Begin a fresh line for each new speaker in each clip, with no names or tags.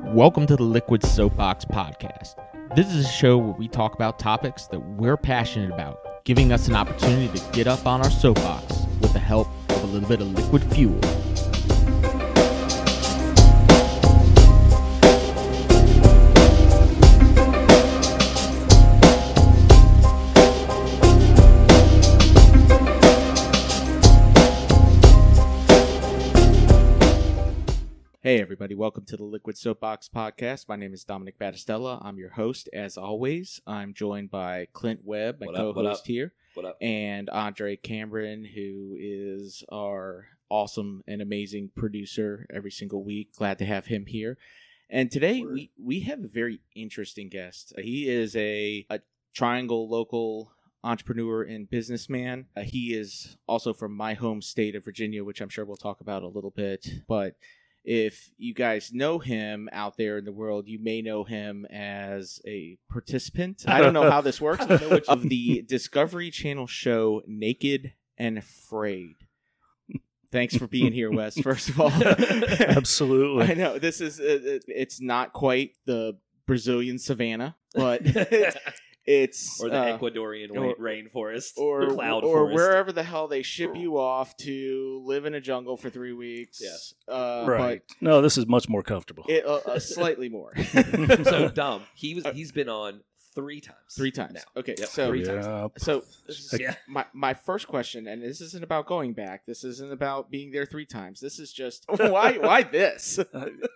Welcome to the Liquid Soapbox Podcast. This is a show where we talk about topics that we're passionate about, giving us an opportunity to get up on our soapbox with the help of a little bit of liquid fuel. Hey, everybody, welcome to the Liquid Soapbox Podcast. My name is Dominic Battistella. I'm your host, as always. I'm joined by Clint Webb, my
What
co
up, what
host
up?
here.
What up?
and Andre Cameron, who is our awesome and amazing producer every single week. Glad to have him here. And today
Word.
we, we have a very interesting guest. He is a, a triangle local entrepreneur and businessman. Uh, he is also from my home state of Virginia, which I'm sure we'll talk about a little bit. But if you guys know him out there in the world, you may know him as a participant. I don't know how this works of the Discovery Channel show Naked and Afraid. Thanks for being here, Wes. First of all, I
Absolutely.
know this is it- it- it's not quite the Brazilian savannah, but it's, it's
or the
uh,
Ecuadorian
or-
wa- rainforest
or
cloud
or
forest.
wherever the hell they ship you off to live in a jungle for three weeks.
Yes.
uh,
right. No, this is much more comfortable.
but it, uh, uh, slightly more.
so dumb. He was. He's been on three times.
Uh, Three times.
Now.
Okay,
Yep,
so-
three times.
yeah.
so
Yeah.
my my first question, and this isn't about going back. This isn't about being there three times. This is just why why this?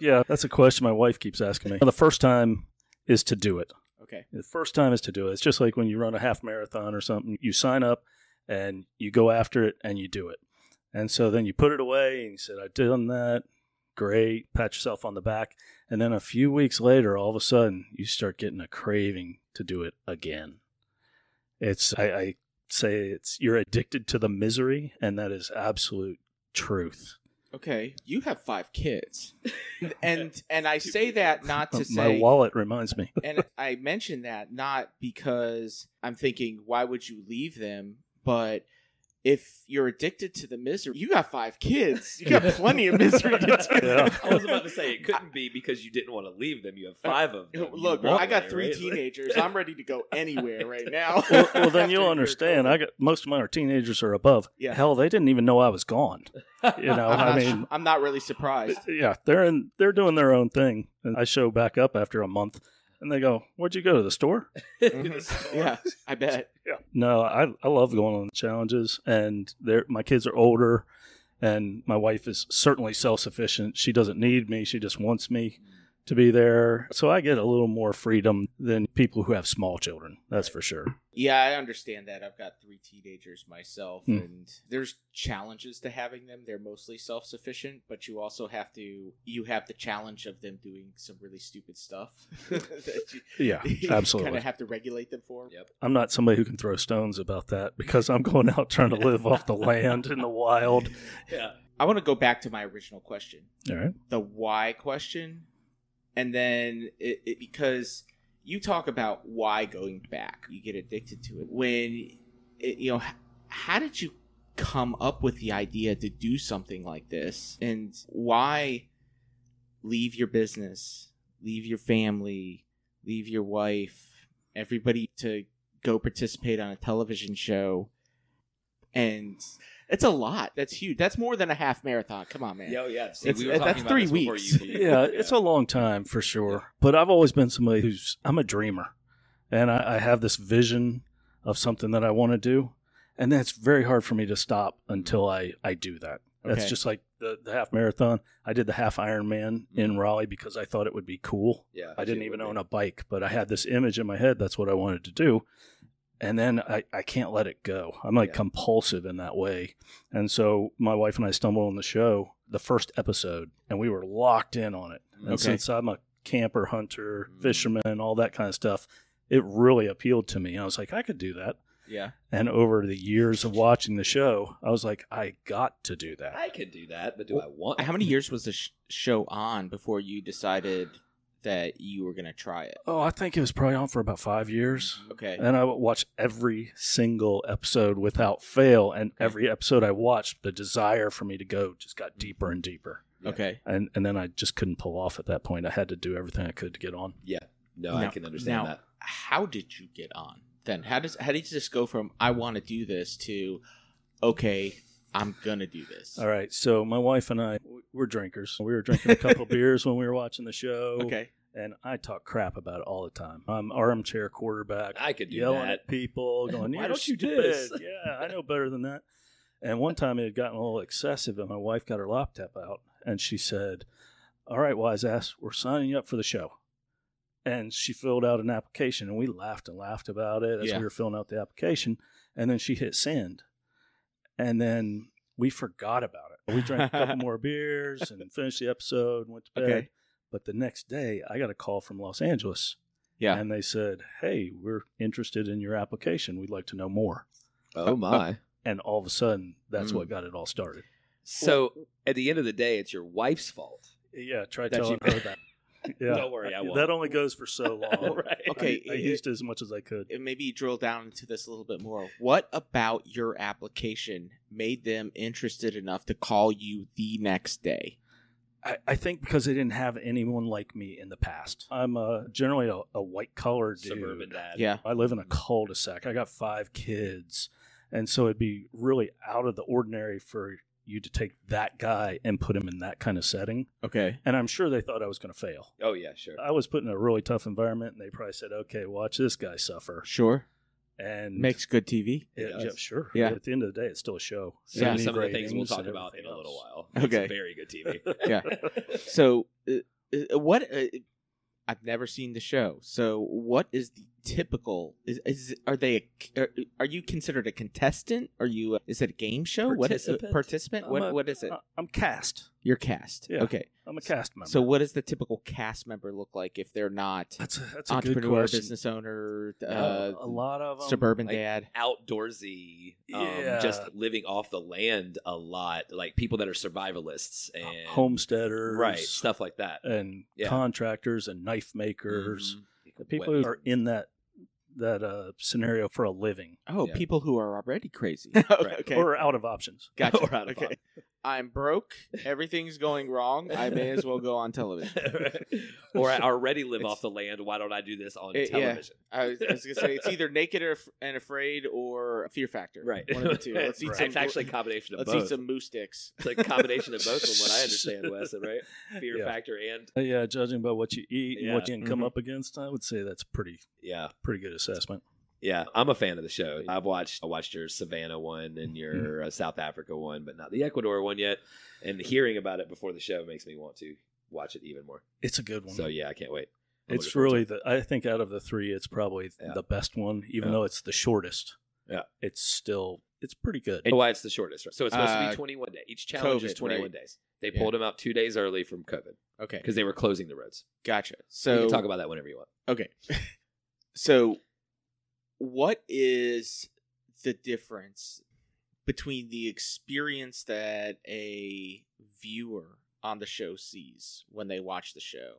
yeah, that's a question my wife keeps asking me. The first time is to do it.
Okay.
The first time is to do it. It's just like when you run a half marathon or something, you sign up and you go after it and you do it. And so then you put it away and you said, I've done that. Great. Pat yourself on the back. And then a few weeks later, all of a sudden, you start getting a craving to do it again. It's, I, I say, it's you're addicted to the misery, and that is absolute truth.
Okay, you have five kids, and and I say that not to
My
say,
wallet reminds me.
and I mention that not because I'm thinking why would you leave them, but if you're addicted to the misery, you got five kids, you got plenty of misery to do.
Yeah.
I was about to say it couldn't be because you didn't want to leave them. You have five of them. You
Uh, Look,
want
I got
one,
three
right?
teenagers. I'm ready to go anywhere right now.
well, well,
After
then you'll
your
understand.
COVID.
I got most of mine are teenagers or above.
Yeah.
Hell, they didn't even know I was gone. You know,
I'm
I
not,
mean,
I'm not really surprised.
yeah, they're in, they're doing their own thing. And I show back up after a month, and they go, "Where'd you go to the store?"
yeah, I bet.
No, I I love going on challenges, and they're my kids are older, and my wife is certainly self sufficient. She doesn't need me. She just wants me to be there. So I get a little more freedom than people who have small children. That's for sure.
Yeah, I understand that. I've got three teenagers myself,
Hmm.
and there's challenges to having them. They're mostly self sufficient, but you also have to you have the challenge of them doing some really stupid stuff. that you,
Yeah, absolutely.
kind of have to regulate them for.
Yeah.
I'm not somebody who can throw stones about that because I'm going out trying to live off the land in the wild.
Yeah.
I want to go back to my original question.
All right.
the why question and then it, it because you talk about why going back you get addicted to it when it, you know h- how did you come up with the idea to do something like this and why leave your business leave your family leave your wife everybody to go participate on a television show and it's a lot that's huge that's more than a half marathon come on man
Yo, yeah. See,
It's-
we were talking
that's
about
three
this before
weeks.
You leave.
Yeah, it's a long time for sure. But I've always been somebody who's I'm a dreamer, and I, I have this vision of something that I want to do, and that's very hard for me to stop until I I do that. That's
Okay.
just like the, the half marathon. I did the half Ironman in Raleigh because I thought it would be cool.
Yeah.
I didn't even own a bike, but I had this image in my head. That's what I wanted to do. And then I, I can't let it go. I'm like
Yeah.
compulsive in that way. And so my wife and I stumbled on the show, the first episode, and we were locked in on it. And
Okay.
since I'm a camper, hunter,
Mm.
fisherman, all that kind of stuff, it really appealed to me. I was like, I could do that.
yeah
And over the years of watching the show, I was like, I got to do that.
I can do that, but do I want?
How many years was the sh- show on before you decided that you were gonna try it?
Oh, I think it was probably on for about five years.
Okay.
And I would watch every single episode without fail. And every episode I watched, the desire for me to go just got deeper and deeper.
Okay.
And and then I just couldn't pull off at that point. I had to do everything I could to get on.
No, I
Now-
can understand
now-
that.
How did you get on then? How does how did this go from I want to do this to okay, I'm gonna do this?
All right. So my wife and I, w- we're drinkers. We were drinking a couple beers when we were watching the show.
Okay.
And I talk crap about it all the time. I'm armchair quarterback.
I could do
yelling
that.
at people, going,
Why
"You're
don't you do
stupid."
this?
yeah, I know better than that. And one time it had gotten a little excessive, and my wife got her laptop out, and she said, "All right, wise ass, we're signing you up for the show." And she filled out an application, and we laughed and laughed about it as
Yeah.
we were filling out the application. And then she hit send, and then we forgot about it. We drank a couple more beers and finished the episode and went to bed.
Okay.
But the next day, I got a call from Los Angeles
Yeah.
and they said, "Hey, we're interested in your application. We'd like to know more."
Oh my.
And all of a sudden, that's
Mm.
what got it all started.
So at the end of the day, it's your wife's fault.
Yeah, try
That
telling
you-
her that. Yeah,
Don't worry, I won't.
That only goes for so long.
Right.
Okay,
I, I
it-
used as much as I could.
And maybe drill down into this a little bit more. What about your application made them interested enough to call you the next day?
I, I think because they didn't have anyone like me in the past. I'm uh, generally a, a white collar dude.
Suburban dad.
Yeah.
I live in a cul-de-sac. I got five kids, and so it'd be really out of the ordinary for you to take that guy and put him in that kind of setting.
Okay.
And I'm sure they thought I was going to fail.
Oh yeah, sure.
I was put in a really tough environment, and they probably said, "Okay, watch this guy suffer."
Sure.
And
Makes good TV.
it,
does.
yeah, sure.
Yeah.
At the end of the day, it's still a show.
Yeah.
It needs
Some of the things we'll
ratings
talk
and
about in
everything
a little
else.
while.
Okay.
It's very good TV.
Yeah. So, uh, uh, what? Uh, I've never seen the show. So, what is the typical? Is, is are they? A, are, are you considered a contestant? Are you? A, is it a game show? What is
Participant?
a uh, participant?
I'm
What?
a-
what is it?
I- Uh, I'm cast.
Your cast.
Yeah.
Okay.
I'm a cast member.
So, what does the typical cast member look like if they're not
that's a, that's a good
entrepreneur,
question.
business owner,
Uh,
uh,
a lot of 'em-
suburban
like-
dad?
Outdoorsy, um,
Yeah.
just living off the land a lot, like people that are survivalists
uh,
and
homesteaders,
right stuff like that.
and
Yeah.
contractors and knife makers,
Mhm.
the people who are in that that uh, scenario for a living
Oh,
Yeah.
people who are already crazy. Okay.
or out of options.
Gotcha.
Or out of
okay.
luck.
I'm broke. Everything's going wrong. I may as well go on television.
or I already live
It's-
off the land. Why don't I do this on
It- yeah.
television?
I was, I was gonna say it's either naked or, and afraid or Fear Factor.
Right.
one of the two. Let's eat
Right.
some.
It's actually a combination of
let's
both.
eat some moose sticks.
It's like a combination of both, from what I understand, Wes. Right? Fear
Yeah.
factor and
Uh, Yeah, judging by what you eat and what you can come
Mm-hmm.
Mhm.
up against, I would say that's pretty
yeah,
pretty good assessment.
yeah. I'm a fan of the show. I've watched I watched your Savannah one and your uh, South Africa one, but not the Ecuador one yet. And hearing about it before the show makes me want to watch it even more.
It's a good one.
So yeah, I can't wait. I'm looking
it's
forward to
really
it.
the I think out of the three, it's probably
Yeah.
the best one, even
Yeah.
though it's the shortest.
Yeah.
it's still it's pretty good.
Oh, why it's the shortest. Right? So it's supposed to
Uh,
be 21 days. Each challenge is
COVID,
21
right?
days. They
Yeah.
pulled them out two days early from COVID
Okay,
because they were closing the roads.
gotcha.
So you
So
can talk about that whenever you want.
okay, so what is the difference between the experience that a viewer on the show sees when they watch the show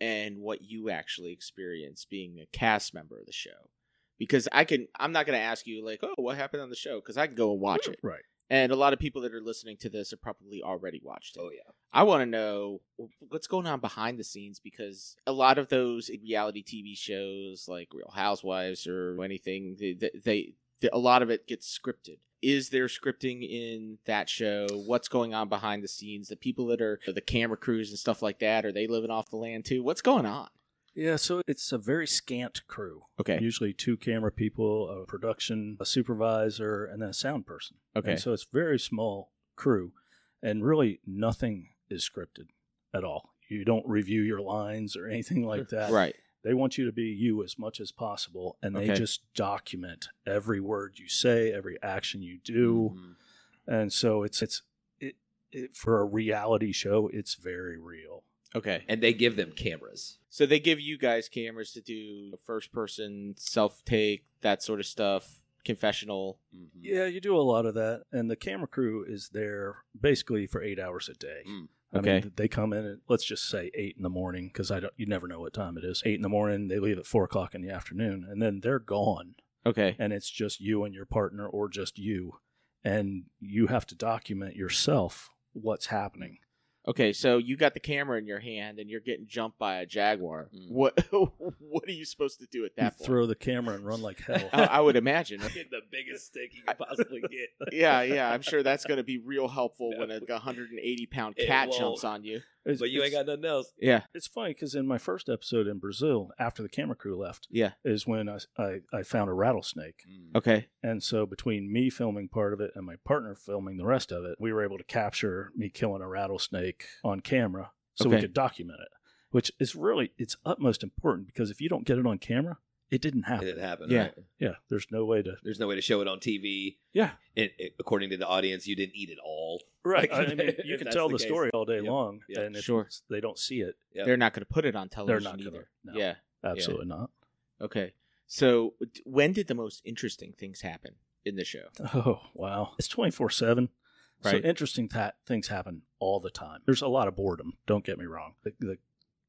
and what you actually experience being a cast member of the show? Because I can, I'm not going to ask you like, oh, what happened on the show? Because I can go and watch it.
Right.
And a lot of people that are listening to this have probably already watched it.
Oh yeah,
I want to know what's going on behind the scenes because a lot of those reality TV shows, like Real Housewives or anything, they, they, they, a lot of it gets scripted. Is there scripting in that show? What's going on behind the scenes? The people that are the camera crews and stuff like that, are they living off the land too? What's going on?
Yeah, so it's a very scant crew.
Okay.
Usually two camera people, a production, a supervisor, and then a sound person. And so it's very small crew, and really nothing is scripted at all. You don't review your lines or anything like that.
Right.
They want you to be you as much as possible, and they
Okay.
just document every word you say, every action you do,
Mhm.
Mm-hmm.
and so it's it's it, it for a reality show, it's very real.
Okay.
and they give them cameras.
So they give you guys cameras to do first person, self take, that sort of stuff, confessional.
Mhm.
Yeah, you do a lot of that, and the camera crew is there basically for eight hours a day.
Mm.
I
Okay.
mean, they come in at let's just say eight in the morning because I don't. You never know what time it is. Eight in the morning. They leave at four o'clock in the afternoon, and then they're gone.
Okay.
and it's just you and your partner or just you and you have to document yourself what's happening
Okay. So you got the camera in your hand and you're getting jumped by a jaguar.
Mm.
What What are you supposed to do at that
you
point?
throw the camera and run like hell
I, I would imagine.
Get the biggest steak you could possibly get.
yeah, yeah. I'm sure that's going to be real helpful
No.
when a 180 pound
It
cat
won't.
jumps on you.
It's-
But you ain't
it's-
got nothing else.
Yeah.
it's funny because in my first episode in brazil after the camera crew left
Yeah.
is when I, I, I found a rattlesnake
Mm.
Okay.
and so between me filming part of it and my partner filming the rest of it we were able to capture me killing a rattlesnake on camera so we
Okay.
could document it which is really it's utmost important because if you don't get it on camera it didn't
It
happen
didn't happen.
Yeah.
right?
yeah there's no way to
There's no way to show it on TV.
yeah
It, it- eh, according to the audience, you didn't eat it all.
Right.
Like,
I mean,
if
you can
that's
tell
the
the,
case.
story all day
Yeah.
long,
Yeah.
and if
Sure.
they don't see it,
Yep.
They're not going to put it on
they're
television
not going to.
either.
No,
Yeah.
absolutely not.
Okay. So d- when did the most interesting things happen in the show?
Oh, wow. It's 24 7. So
Right.
interesting that things happen all the time. There's a lot of boredom. Don't get me wrong. The, the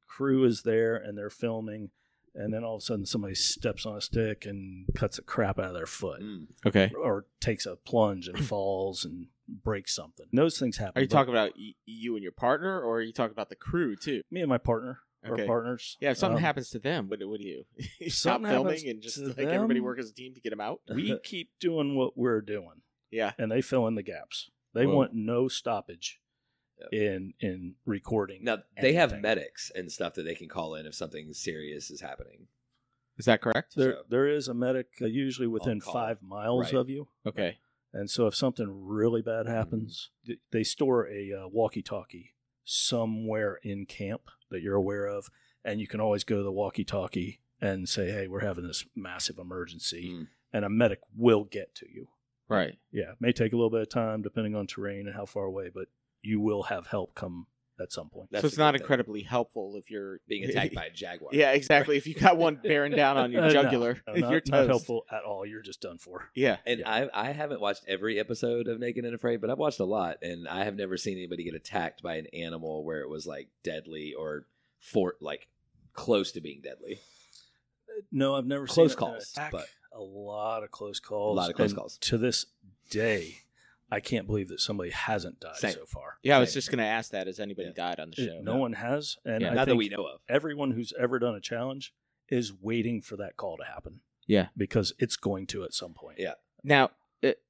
crew is there and they're filming, and then all of a sudden somebody steps on a stick and cuts the crap out of their foot
Mm.
Okay.
or takes a plunge and falls and breaks something. Those things happen.
Are you
but
talking about y- you and your partner, or are you talking about the crew too?
me and my partner?
Okay.
Our partners.
Yeah, if something
Um,
happens to them, what, what do you? you stop
something happens
filming and just
to
like everybody
them?
work as a team to get them out?
we keep doing what we're doing.
Yeah.
and they fill in the gaps. They
Whoa.
want no stoppage
Yep.
in in recording.
Now they have
Anything.
medics and stuff that they can call in if something serious is happening.
Is that correct?
there
so-
there is a medic uh, usually within
call.
five miles
Right. Mm-hmm.
of you,
Okay.
and so if something really bad happens, th- they store a uh, walkie-talkie somewhere in camp that you're aware of, and you can always go to the walkie-talkie and say, "Hey, we're having this massive emergency,"
Mm.
and a medic will get to you.
Right.
Yeah, it may take a little bit of time depending on terrain and how far away, but you will have help come at some point.
That's
so it's
the
not
good thing.
incredibly helpful if you're
Being attacked by a jaguar.
Yeah, exactly. If you got one bearing down on
Uh,
your
no,
jugular,
no, not,
you're
not
toast.
helpful at all. You're just done for.
Yeah.
And I, I haven't watched every episode of Naked and Afraid, but I've watched a lot, and I have never seen anybody get attacked by an animal where it was like deadly or for like close to being deadly.
No, I've never
Close
seen it,
calls,
uh,
but-
a lot of close calls.
A lot of close
and
calls.
To this day, I can't believe that somebody hasn't died
Same.
so far.
Yeah, I was
Same.
just going to ask that. Has anybody
Yeah.
died on the
It-
show?
no one has, and
Yeah,
I
not that
think
we know of.
everyone who's ever done a challenge is waiting for that call to happen.
Yeah.
because it's going to at some point.
Yeah.
Now, it,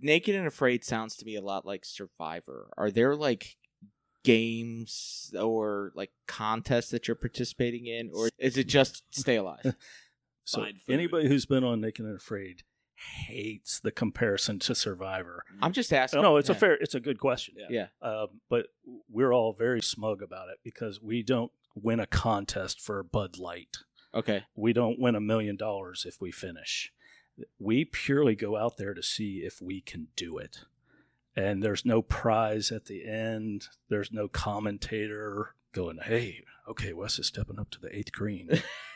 Naked and Afraid sounds to me a lot like Survivor. Are there like games or like contests that you're participating in, or is it just stay alive?
So
Find food.
anybody who's been on Naked and Afraid hates the comparison to Survivor.
I'm just asking.
no, it's a
Yeah.
fair, it's a good question.
Yeah.
Yeah.
Um, but we're all very smug about it because we don't win a contest for Bud Light.
Okay.
We don't win a million dollars if we finish. We purely go out there to see if we can do it. And there's no prize at the end. There's no commentator going, hey, okay, Wes is stepping up to the eighth green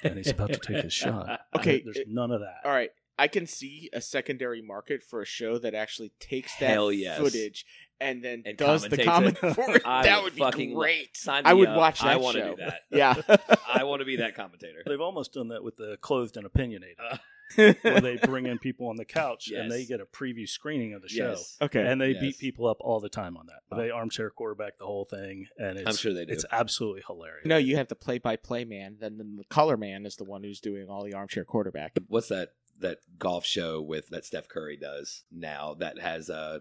and he's about to take his shot.
Okay,
There's
it-
none of that.
All right. I can see a secondary market for a show that actually takes that
Hell yes.
footage and then
And
does the
commentates
comment
it.
for it.
I
that
would
would
fucking
be great.
Sign
I
me
would
up.
watch
I
that
want to
show.
do that.
Yeah.
I want to be that commentator.
They've almost done that with the clothed and opinionated. where
okay.
they bring in people on the couch and
Yes.
they get a preview screening of the show.
Yes.
And they
Yes.
beat people up all the time on that.
Wow.
They armchair quarterback the whole thing, and it's,
I'm sure they do.
it's absolutely hilarious.
No, you have the play-by-play man. Then the color man is the one who's doing all the armchair quarterback.
What's that that golf show with that Steph Curry does now that has uh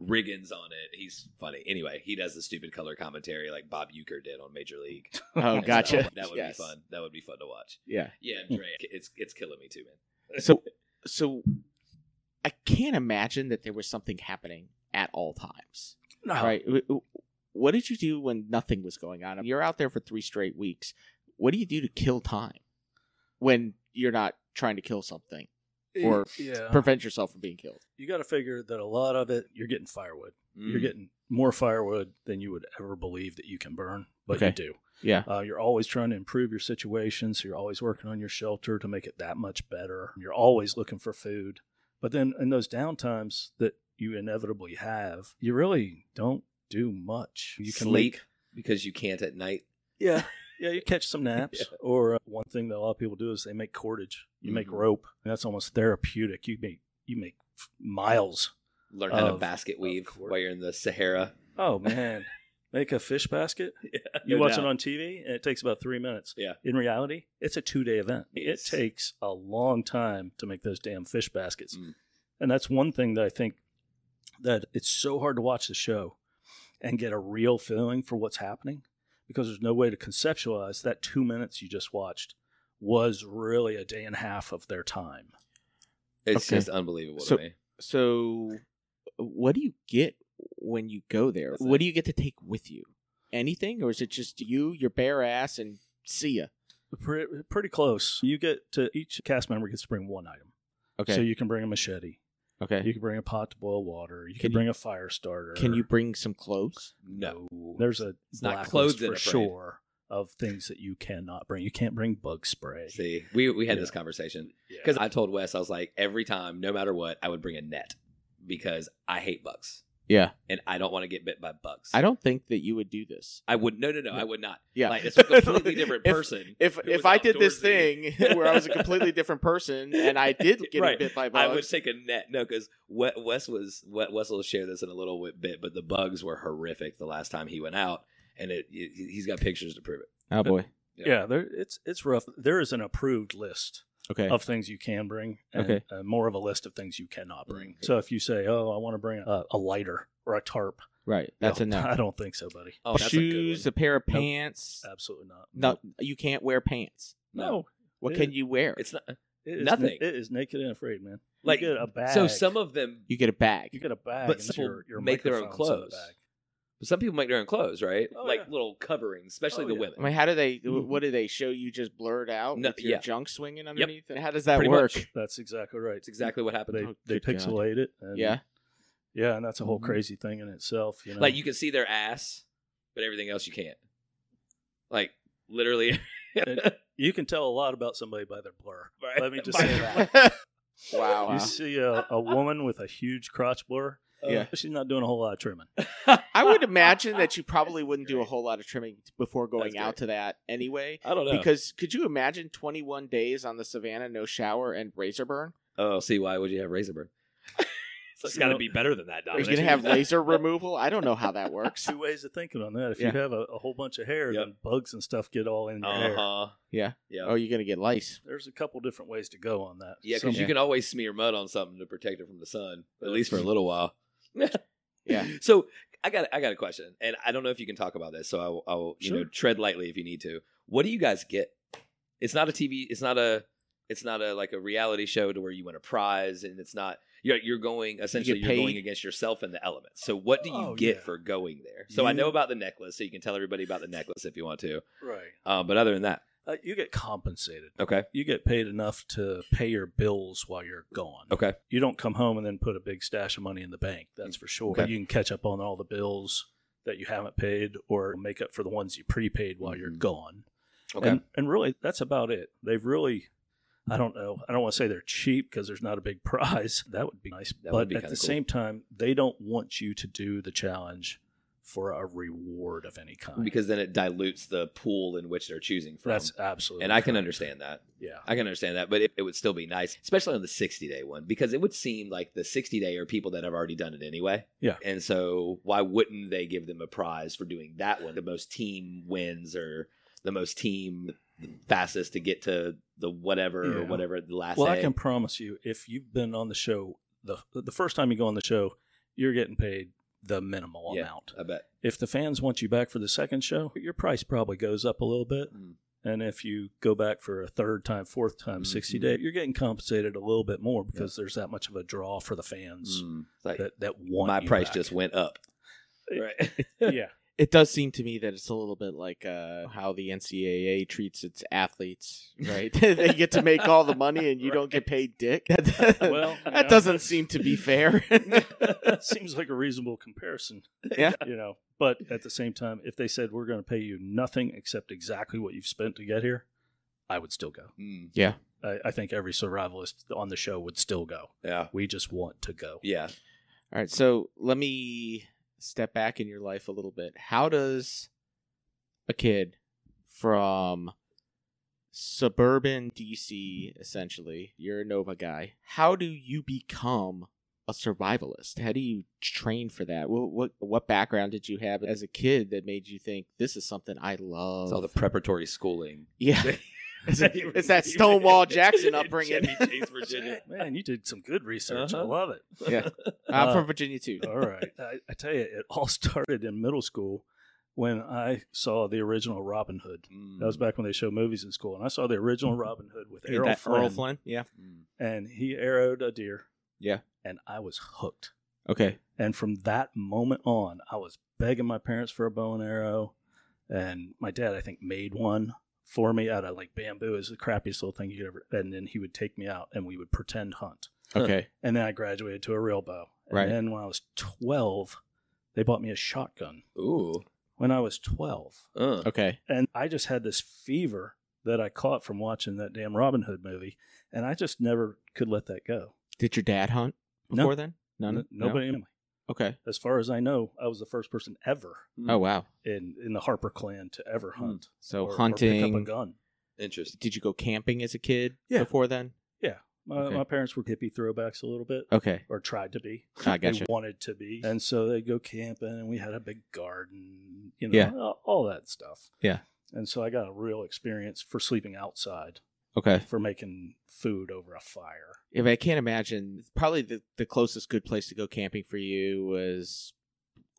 Riggins on it? He's funny. Anyway, he does the stupid color commentary like Bob Euchre did on Major League.
Oh,
And
gotcha.
so That would
Yes.
be fun. That would be fun to watch.
Yeah.
Yeah,
Hmm.
Dre, it's it's killing me too, man.
So, so I can't imagine that there was something happening at all times.
no.
Right? W- w- What did you do when nothing was going on? You're out there for three straight weeks. What do you do to kill time when you're not trying to kill something, Or-
yeah,
prevent yourself from being killed?
you got to figure that a lot of it you're getting firewood. You're
Mm.
getting more firewood than you would ever believe that you can burn, but you
Okay.
do.
Yeah.
Uh, you're always trying to improve your situation, so you're always working on your shelter to make it that much better. You're always looking for food. But then in those downtimes that you inevitably have, you really don't do much. You can
sleep
make-
because you can't at night.
yeah, yeah. You catch some naps, or uh, one thing that a lot of people do is they make cordage. You make
Mhm.
rope. And that's almost therapeutic. You make you make f- miles.
Learn how to
Of-
basket
of
weave
course.
while you're in the Sahara.
Oh man, make a fish basket. You
No
watch
doubt.
it on TV, and it takes about three minutes.
Yeah.
In reality, it's a two day event.
Yes.
It takes a long time to make those damn fish baskets,
Mm.
and that's one thing that I think that it's so hard to watch the show and get a real feeling for what's happening because there's no way to conceptualize that two minutes you just watched was really a day and a half of their time.
It's
Okay.
just unbelievable
So-
to me.
So, uh, what do you get when you go there?
That's
what
it.
do you get to take with you? Anything, or is it just you, your bare ass, and see ya?
Pre- pretty close. You get to each cast member gets to bring one item,
Okay.
so you can bring a machete.
okay.
You can bring a pot to boil water. You can,
Can you-
bring a fire starter.
Can you bring some clothes?
No.
There's a
It's not
blacklist
clothed in
for
a parade.
sure of things that you cannot bring. You can't bring bug spray.
See, we, we had
Yeah.
this conversation
Yeah.
because I told Wes, I was like, every time, no matter what, I would bring a net because I hate bugs
Yeah.
and I don't want to get bit by bugs.
I don't think that you would do this.
I would, no, no, no, I would not.
Yeah.
Like, it's a completely different
If-
person.
If
who
if
was
I did this
outdoorsy.
thing where I was a completely different person and I did get
Right.
bit by
I would
bugs,
take a net. No, because Wes was Wes Wes will share this in a little wi- bit, but the bugs were horrific the last time he went out, and it, he- he's got pictures to prove it.
oh boy,
Yeah, there, it's it's rough. There is an approved list
okay,
of things you can bring, and
Okay.
uh, more of a list of things you cannot bring.
Mhm.
So if you say, "Oh, I want to bring a, a lighter or a tarp,"
right, that's
no, I
enough.
don't think so, buddy.
Oh, that's
Shoes, a,
A good Uh,
pair of
Nope.
pants.
Absolutely not.
No, you can't wear pants.
one.
no,
What
It-
can you wear?
it's not
it is,
Nothing.
It is naked and afraid, man. You
like
get a bag.
so. Some of them,
you get a bag.
you get a bag,
but
and
some
your, your
make their own
microphone's in the
clothes.
bag.
some people make their own clothes, right?
Oh,
like
yeah.
little coverings, especially
Oh,
the
yeah.
I
women.
mean, how do they?
Mhm.
What do they show you? Just blurred out
Mm-hmm. No,
with your
yeah.
junk swinging underneath. it? How does that
Pretty
work?
much.
That's exactly right.
It's exactly what happened.
they
Oh,
they
good God.
pixelate it. And,
Yeah.
yeah, and that's a whole
Mhm.
crazy thing in itself. You know,
Like you can see their ass, but everything else you can't. Like literally,
you can tell a lot about somebody by their blur. Let me just
By
say
their
that.
Oh, Wow.
You see a, a woman with a huge crotch blur.
Uh,
Yeah.
she's not doing a whole lot of trimming.
I would imagine that you probably wouldn't do a whole lot of trimming before
That's
going
great.
out to that anyway.
I don't know.
Because could you imagine 21 days on the savannah, no shower, and razor burn?
oh, see why would you have razor burn? so it's
You
got to
know-
be better than that.
Are you
Dominic.
going to have laser removal? I don't know how that works.
Two ways of thinking on that. If
Yeah.
you have a, a whole bunch of hair,
Yep.
then bugs and stuff get all in your
Uh
Uh-huh.
hair.
huh.
Yeah.
Yeah.
Oh, you're going to get lice.
There's a couple different ways to go on that.
Yeah,
Some-
because you can always smear mud on something to protect it from the sun, at least for a little while.
Yeah.
So I got I got a question, and I don't know if you can talk about this, so I'll, I'll you know
Sure.
tread lightly if you need to. What do you guys get? It's not a TV. It's not a. It's not a like a reality show to where you win a prize, and it's not you're you're going essentially you are
paid.
going against yourself and the elements. So what do you
Oh,
get
yeah.
for going there? So I
You-
know about the necklace, so you can tell everybody about the necklace if you want to.
right.
Um, but other than that,
Uh, you get compensated.
okay,
You get paid enough to pay your bills while you're gone.
okay,
you don't come home and then put a big stash of money in the bank. That's for sure.
Okay.
You can catch up on all the bills that you haven't paid or make up for the ones you prepaid while you're
Mhm.
gone.
okay.
And, and really, that's about it. They've really, I don't know, I don't want to say they're cheap because there's not a big prize. That would be nice.
That would
but
be
at the
kinda cool.
same time, they don't want you to do the challenge for a reward of any kind.
because then it dilutes the pool in which they're choosing from.
that's absolutely.
and I can
correct.
understand that.
Yeah.
I can understand that, but it, it would still be nice, especially on the 60 day one, because it would seem like the 60 day are people that have already done it anyway.
Yeah.
And so why wouldn't they give them a prize for doing that one? The most team wins or the most team fastest to get to the whatever or
Yeah.
whatever the last
Well, I
A.
can promise you, if you've been on the show, the the first time you go on the show, you're getting paid the minimal
Yeah.
amount.
I bet.
If the fans want you back for the second show, your price probably goes up a little bit.
Mm.
And if you go back for a third time, fourth time, sixty
Mhm.
day, you're getting compensated a little bit more because there's that much of a draw for the fans
Mm. It's Like,
that that want
my
you
price
back.
just went up. Right.
yeah.
It does seem to me that it's a little bit like uh, how the NCAA treats its athletes, right? they get to make all the money and you don't get paid dick.
Well, you know,
that doesn't seem to be fair.
that seems like a reasonable comparison.
Yeah.
You know, but at the same time, if they said we're going to pay you nothing except exactly what you've spent to get here, I would still go.
Mm.
I, I think every survivalist on the show would still go.
Yeah.
We just want to go.
Yeah.
All right, so let me step back in your life a little bit, how does a kid from suburban DC, essentially, you're a Nova guy, how do you become a survivalist? How do you train for that? What what, what background did you have as a kid that made you think this is something I love?
It's all the preparatory schooling.
yeah. Oh. It's that- it's that Stonewall Jackson upbringing.
Chevy Chase, Virginia.
Man, you did some good research. I
Uh-huh.
love it.
Yeah. I'm
Uh,
from Virginia too.
All right. I, I tell you, it all started in middle school when I saw the original Robin Hood.
Mm.
That was back when they showed movies in school, and I saw the original Robin Hood with Errol
That
Flynn,
Earl Flynn? Yeah.
Mm.
and he arrowed a deer.
Yeah.
and I was hooked.
Okay.
And from that moment on, I was begging my parents for a bow and arrow, and my dad, I think, made one for me out of like bamboo. Is the crappiest little thing you could ever. And then he would take me out, and we would pretend hunt
Okay.
and then I graduated to a real bow. And
Right.
then when I was 12, they bought me a shotgun.
Ooh.
When I was 12,
Uh.
Okay.
and I just had this fever that I caught from watching that damn Robin Hood movie, and I just never could let that go.
Did your dad hunt
No.
before then? None.
N-
no?
nobody, Mm-hmm. in my-
Okay.
as far as I know, I was the first person ever
Oh wow.
in in the Harper clan to ever
Hmm.
hunt
So
or- or
hunting.
pick up a gun.
Interesting.
Did you go camping as a kid?
Yeah.
Before then.
My,
Okay.
my parents were hippie throwbacks a little bit,
Okay.
or tried to be.
I gotcha.
They wanted to be. And so they go camping, and we had a big garden, you know,
Yeah.
all, all that stuff.
Yeah.
And so I got a real experience for sleeping outside,
Okay.
for making food over a fire.
If I can't imagine, probably the, the closest good place to go camping for you was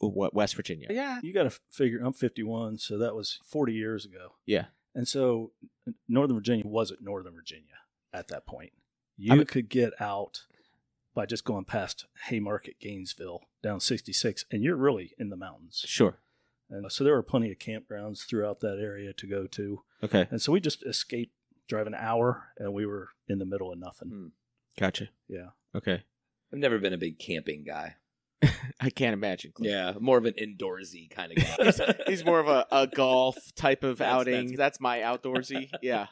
uh, what West Virginia.
Yeah.
You got to figure, I'm 51, so that was 40 years ago.
Yeah.
And so Northern Virginia wasn't Northern Virginia at that point. You
mean-
could get out by just going past Haymarket, Gainesville, down 66, and you're really in the mountains.
Sure.
And so there were plenty of campgrounds throughout that area to go to.
Okay.
And so we just escaped, drive an hour, and we were in the middle of nothing.
Hmm.
Gotcha.
Yeah.
Okay.
I've never been a big camping guy.
I can't imagine. Cliff.
Yeah, more of an indoorsy kind of guy.
He's, he's more of a, a golf type of
That's-
outing. That's my outdoorsy. Yeah.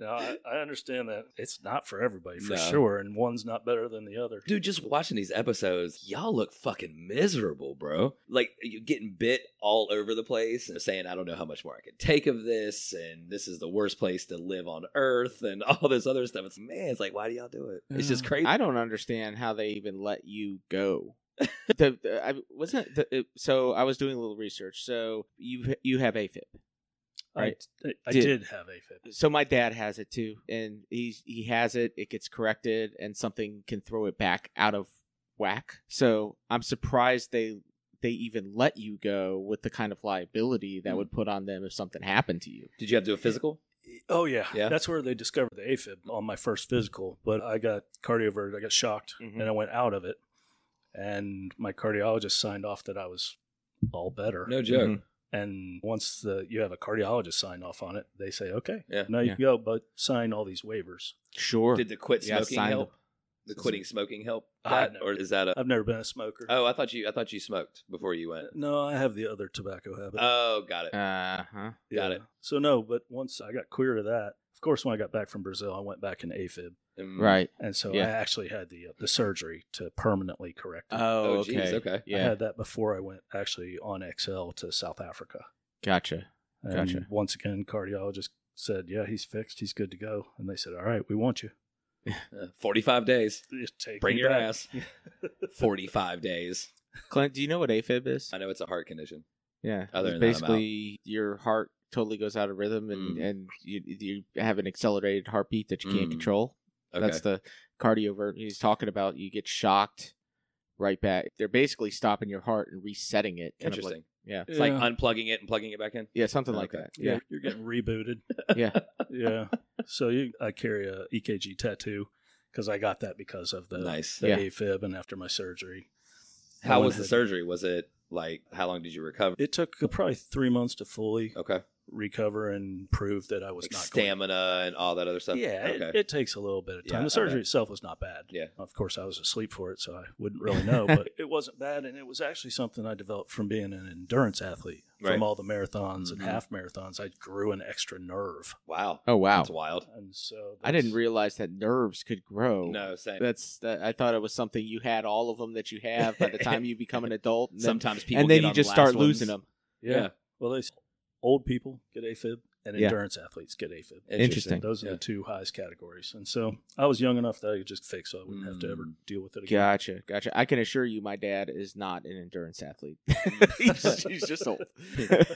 Now, I, I understand that it's not for everybody for
No.
sure, and one's not better than the other.
Dude, just watching these episodes, y'all look fucking miserable, bro. Like you getting bit all over the place and saying, I don't know how much more I can take of this, and this is the worst place to live on earth, and all this other stuff. It's man, it's like, why do y'all do it? It's just
Yeah.
crazy.
I don't understand how they even let you go. the, the- I wasn't the, it, so I was doing a little research. So you you have AFib. Right.
I, I
Did-
did. have AFib.
So my dad has it too, and he he has it. It gets corrected, and something can throw it back out of whack. So I'm surprised they they even let you go with the kind of liability that would put on them if something happened to you.
Did you have to do a physical?
Oh, yeah.
Yeah.
That's where they discovered the AFib on my first physical, but I got cardioverted. I got shocked,
Mm-hmm.
Mhm.
and I went out of it. And my cardiologist signed off that I was all better.
Mm-hmm.
No joke.
And once the, you have a cardiologist sign off on it, they say, okay,
Yeah.
now you
Yeah.
can go, but sign all these waivers.
Sure.
Did the quit
Yeah,
smoking
sign
help? The quitting smoking help?
I-
That- or is that a
I've never been a smoker. Uh,
Oh, I thought you I thought you smoked before you went.
No, I have the other tobacco habit.
Oh, got it.
uh huh.
got it.
So no, but once I got clear of that, of course, when I got back from Brazil, I went back in AFib,
Mm.
Right.
and so
Yeah.
I actually had the uh, the surgery to permanently correct it.
Oh,
Oh,
okay.
jeez, okay.
Yeah.
I had that before I went actually on XL to South Africa.
Gotcha.
And
Gotcha.
Once again, cardiologist said, "Yeah, he's fixed. He's good to go." And they said, "All right, we want you.
Uh, 45 days.
Just take
Bring
me
your
back."
ass. 45 days.
Clint, do you know what AFib is?
I know it's a heart condition.
Yeah.
Other
it's
than that, I'm out.
basically your heart totally goes out of rhythm and, and you, you have an accelerated heartbeat that you can't
Mm.
control.
Okay.
That's the cardiovert he's talking about. You get shocked right back. They're basically stopping your heart and resetting it. kind of like-
Interesting.
yeah.
It's like
Yeah.
unplugging it and plugging it back in.
Yeah, something like
Okay.
that.
Yeah,
Yeah.
you're getting rebooted.
Yeah.
yeah. So you, I carry a EKG tattoo because I got that because of the
nice.
the
Yeah.
AFib and after my surgery. I
How
went
was the
ahead-
surgery? Was it like how long did you recover?
It took probably three months to fully
okay.
recover and prove that I was
like
not going
stamina and all that other stuff.
yeah,
okay.
it, it takes a little bit of time.
Yeah,
the surgery
okay.
itself was not bad.
Yeah.
Of course, I was asleep for it, so I wouldn't really know, but it wasn't bad. And it was actually something I developed from being an endurance athlete.
Right.
From all the marathons and
Mm-hmm.
Mhm.
half marathons, I grew an extra nerve.
wow,
Oh wow,
that's wild.
And so
I didn't
that's-
realize that nerves could grow.
No, same.
That's Oh. that, I thought it was something you had all of them that you have by the time you become an adult. And then,
Sometimes people
and then
get
you
on
just
the
start
last ones.
losing them.
Yeah.
Well, they s- old people get AFib and
Yeah.
endurance athletes get AFib.
Interesting.
Those are
Yeah.
the two highest categories. And so I was young enough that I could just fix so I wouldn't have to ever
Mm.
deal with it again.
Gotcha, gotcha. I can assure you, my dad is not an endurance athlete. he's, he's just old.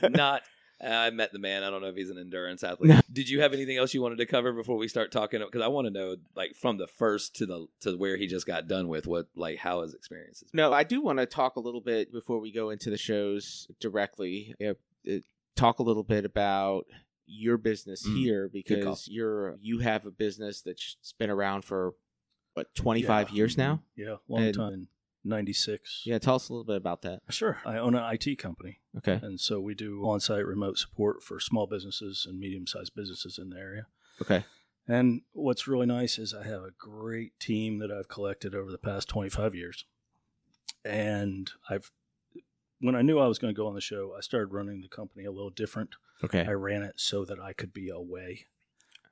Not. uh, I met the man. I don't know if he's an endurance athlete.
No.
Did you have anything else you wanted to cover before we start talking? Because I want to know, like, from the first to the to where he just got done with what, like, how his experience is.
No, I do want to talk a little bit before we go into the shows directly. uh, uh, Talk a little bit about your business
Mm,
here
call.
because you're you have a business that's been around for what 25 years
Mm-hmm.
now.
Yeah, long
And-
time. 96.
Yeah, tell us a little bit about that.
Sure. I own an IT company.
Uh,
Okay.
And so we do on site remote support for small businesses and medium sized businesses in the area.
Okay.
And what's really nice is I have a great team that I've collected over the past 25 years. And I've, when I knew I was going to go on the show, I started running the company a little different.
Okay.
I ran it so that I could be away.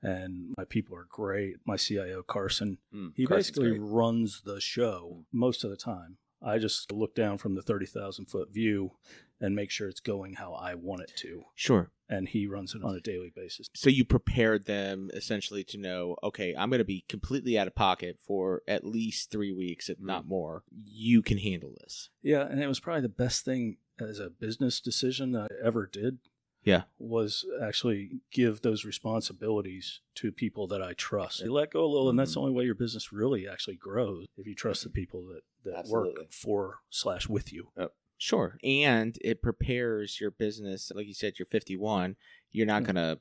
And my people are great. My CIO, Carson,
Mm,
he
Carson's
basically
great.
runs the show most of the time. I just look down from the 30,000 foot view and make sure it's going how I want it to.
Sure.
And he runs it on a daily basis.
So you prepared them essentially to know, okay, I'm going to be completely out of pocket for at least 3 weeks if
Mm.
not more. You can handle this.
Yeah. And it was probably the best thing as a business decision that I ever did.
Yeah.
Was actually give those responsibilities to people that I trust. You let go a little, and
Mm-hmm.
that's the only way your business really actually grows if you trust the people that, that
Absolutely.
work for slash with you.
Sure. And it prepares your business. Like you said, you're 51. You're not
Mhm.
going to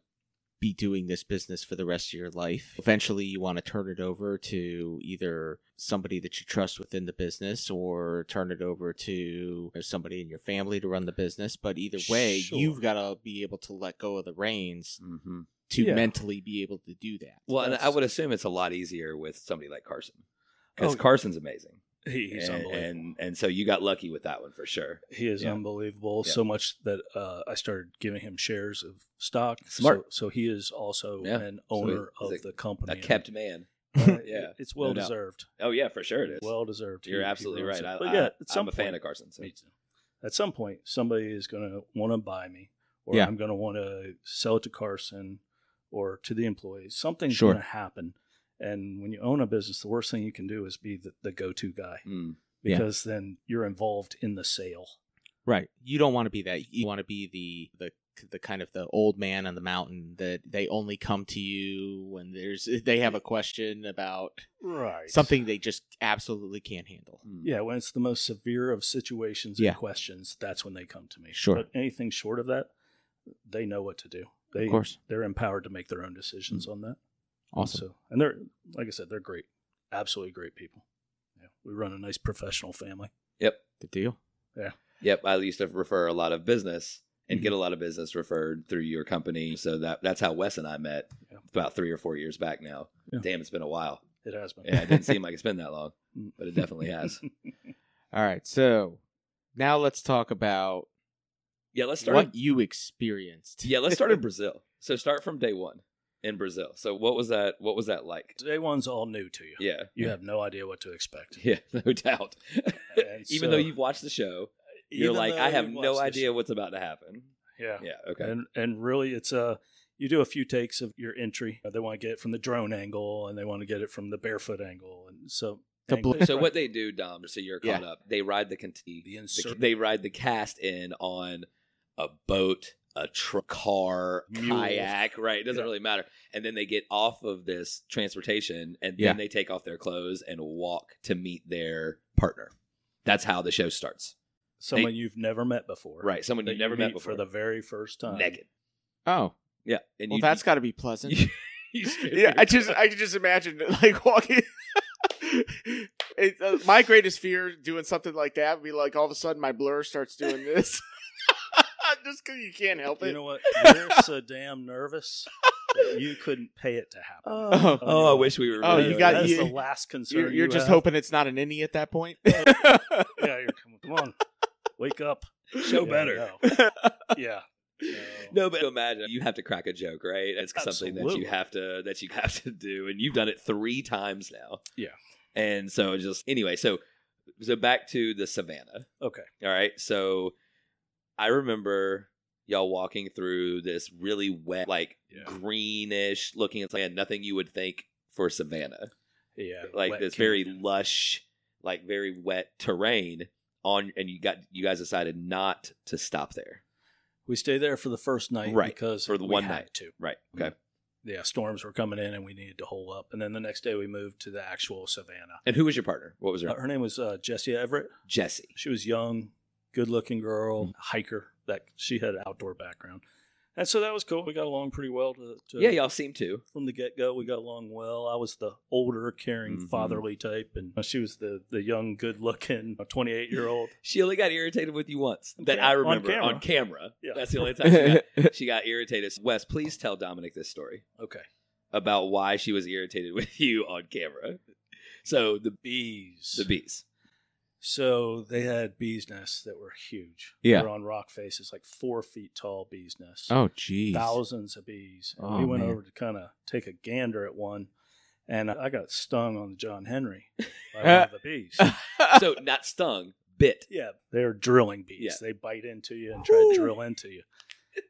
be doing this business for the rest of your life. Eventually, you want to turn it over to either somebody that you trust within the business or turn it over to somebody in your family to run the business. But either way,
Sure.
you've got to be able to let go of the reins
Mhm.
to
Yeah.
mentally be able to do that.
Well, and I
Mm-hmm. That's-
would assume it's a lot easier with somebody like Carson because
Oh.
Carson's amazing,
He- He's
and,
unbelievable.
and and so you got lucky with that one for sure.
He is
Yeah.
unbelievable.
Yeah.
So much that uh, I started giving him shares of stock.
Smart.
So, so he is also
Yeah.
an
So he-
owner
he's
of the company.
A kept man.
Uh,
yeah,
It's well
no doubt.
deserved.
Oh yeah, for sure it is.
Well deserved. He-
You're
he
absolutely
runs
right.
it.
I,
but
I,
yeah, at some
I'm a fan
point-
of Carson. So.
Me too. At some point, somebody is going to want to buy me, or
Yeah.
I'm going to want to sell it to Carson or to the employees. Something's
Sure.
going to happen. And when you own a business, the worst thing you can do is be the, the go to guy
Mm.
Yeah.
because then you're involved in the sale.
Right. You don't want to be that. You want to be the the the kind of the old man on the mountain that they only come to you when there's they have a question about
Right.
something they just absolutely can't handle.
Mm.
Yeah, when it's the most severe of situations and
Yeah.
questions, that's when they come to me.
Sure.
But anything short of that, they know what to do. They,
of course.
They're empowered to make their own decisions
Mm.
on that.
Awesome.
So, and they're, like I said, they're great. Absolutely great people. Yeah. We run a nice professional family.
Good deal.
Yep, I used to refer a lot of business and
Mm-hmm.
get a lot of business referred through your company. So that that's how Wes and I met
Yeah.
about three or four years back now.
Yeah.
Damn, it's been a while.
It has been.
Yeah, it didn't seem like it's been that long,
Mm.
but it definitely has.
All right. So now let's talk about
Yeah, let's start.
what you experienced.
Yeah, let's start in Brazil. So start from day one in Brazil. So what was that? What was that like?
Day one's all new to you.
Yeah,
You have no idea what to expect.
yeah, no doubt.
And
Even
so-
though you've watched the show, you're
even
like,
though
I have
you've
no
watched this-
idea what's about to happen.
Yeah.
Yeah, okay.
and and really it's a you do a few takes of your entry they want to get it from the drone angle and they want to get it from the barefoot angle and so
The
angle-
bl-
so what they do, Dom, so you're caught up. They ride the, con-
the
the-
insert
they ride the cast in on a boat, a tr- car,
Mule.
kayak, right? It doesn't
Yeah.
really matter. And then they get off of this transportation and then
Yeah.
they take off their clothes and walk to meet their partner. That's how the show starts.
someone you've never met before
Right. Someone
that
you've
you
never met
meet
before.
for the very first time
Naked.
Oh,
Yeah. And
well,
you,
that's got to be pleasant.
you, you strip
yeah, I
your-
just I can just imagine like walking. it, uh, my greatest fear doing something like that would be like all of a sudden my blur starts doing this. just because you can't help it.
You know what? You're so damn nervous that you couldn't pay it to happen.
Oh,
Oh,
I wish we were.
Oh,
really
you got-
That's
you-
the last concern.
you're,
you uh,
you're just
have.
hoping it's not an innie at that point.
Yeah, you're come, come on, wake up.
show
Yeah,
better.
no. Yeah. No.
No, but imagine you have to crack a joke, right? That's something that
Absolutely.
you have to that you have to do, and you've done it three times now.
Yeah.
and so it's just anyway, so so back to the savannah.
Okay.
All right, so I remember y'all walking through this really wet, like
Yeah.
greenish looking land, nothing you would think for savannah,
Yeah.
like
wet
this
can.
very lush, like very wet terrain. On and you got you guys decided not to stop there,
We stayed there for the first night
Right,
because
for the
we
one
had
night.
to.
right? Okay,
Yeah, storms were coming in and we needed to hole up. And then the next day we moved to the actual Savannah.
and who was your partner? What was her?
Uh, her name was uh, Jessie Everett.
Jesse.
She was young, good-looking
Hmm.
girl, hiker. That she had an outdoor background, and so that was cool. We got along pretty well. To, to
Yeah, y'all seem to.
from the get go, we got along well. I was the older, caring,
Mhm.
fatherly type, and she was the the young, good looking, twenty eight year old.
She only got irritated with you once
On
that
cam-
I
on
remember on camera.
camera.
Yeah.
Yeah.
That's the only time she got, she got irritated. So, Wes, please tell Dominic this story
Okay,
about why she was irritated with you on camera. So the
bees.
the bees.
So they had bees nests that were huge.
Yeah.
they were on rock faces, like four feet tall bees nests.
oh, jeez.
thousands of bees. And
Oh,
we went
man.
over to kind of take a gander at one, and I got stung on the John Henry by one of the bees.
So not stung, bit.
Yeah, they're drilling bees.
Yeah.
They bite into you and try to
Ooh.
drill into you.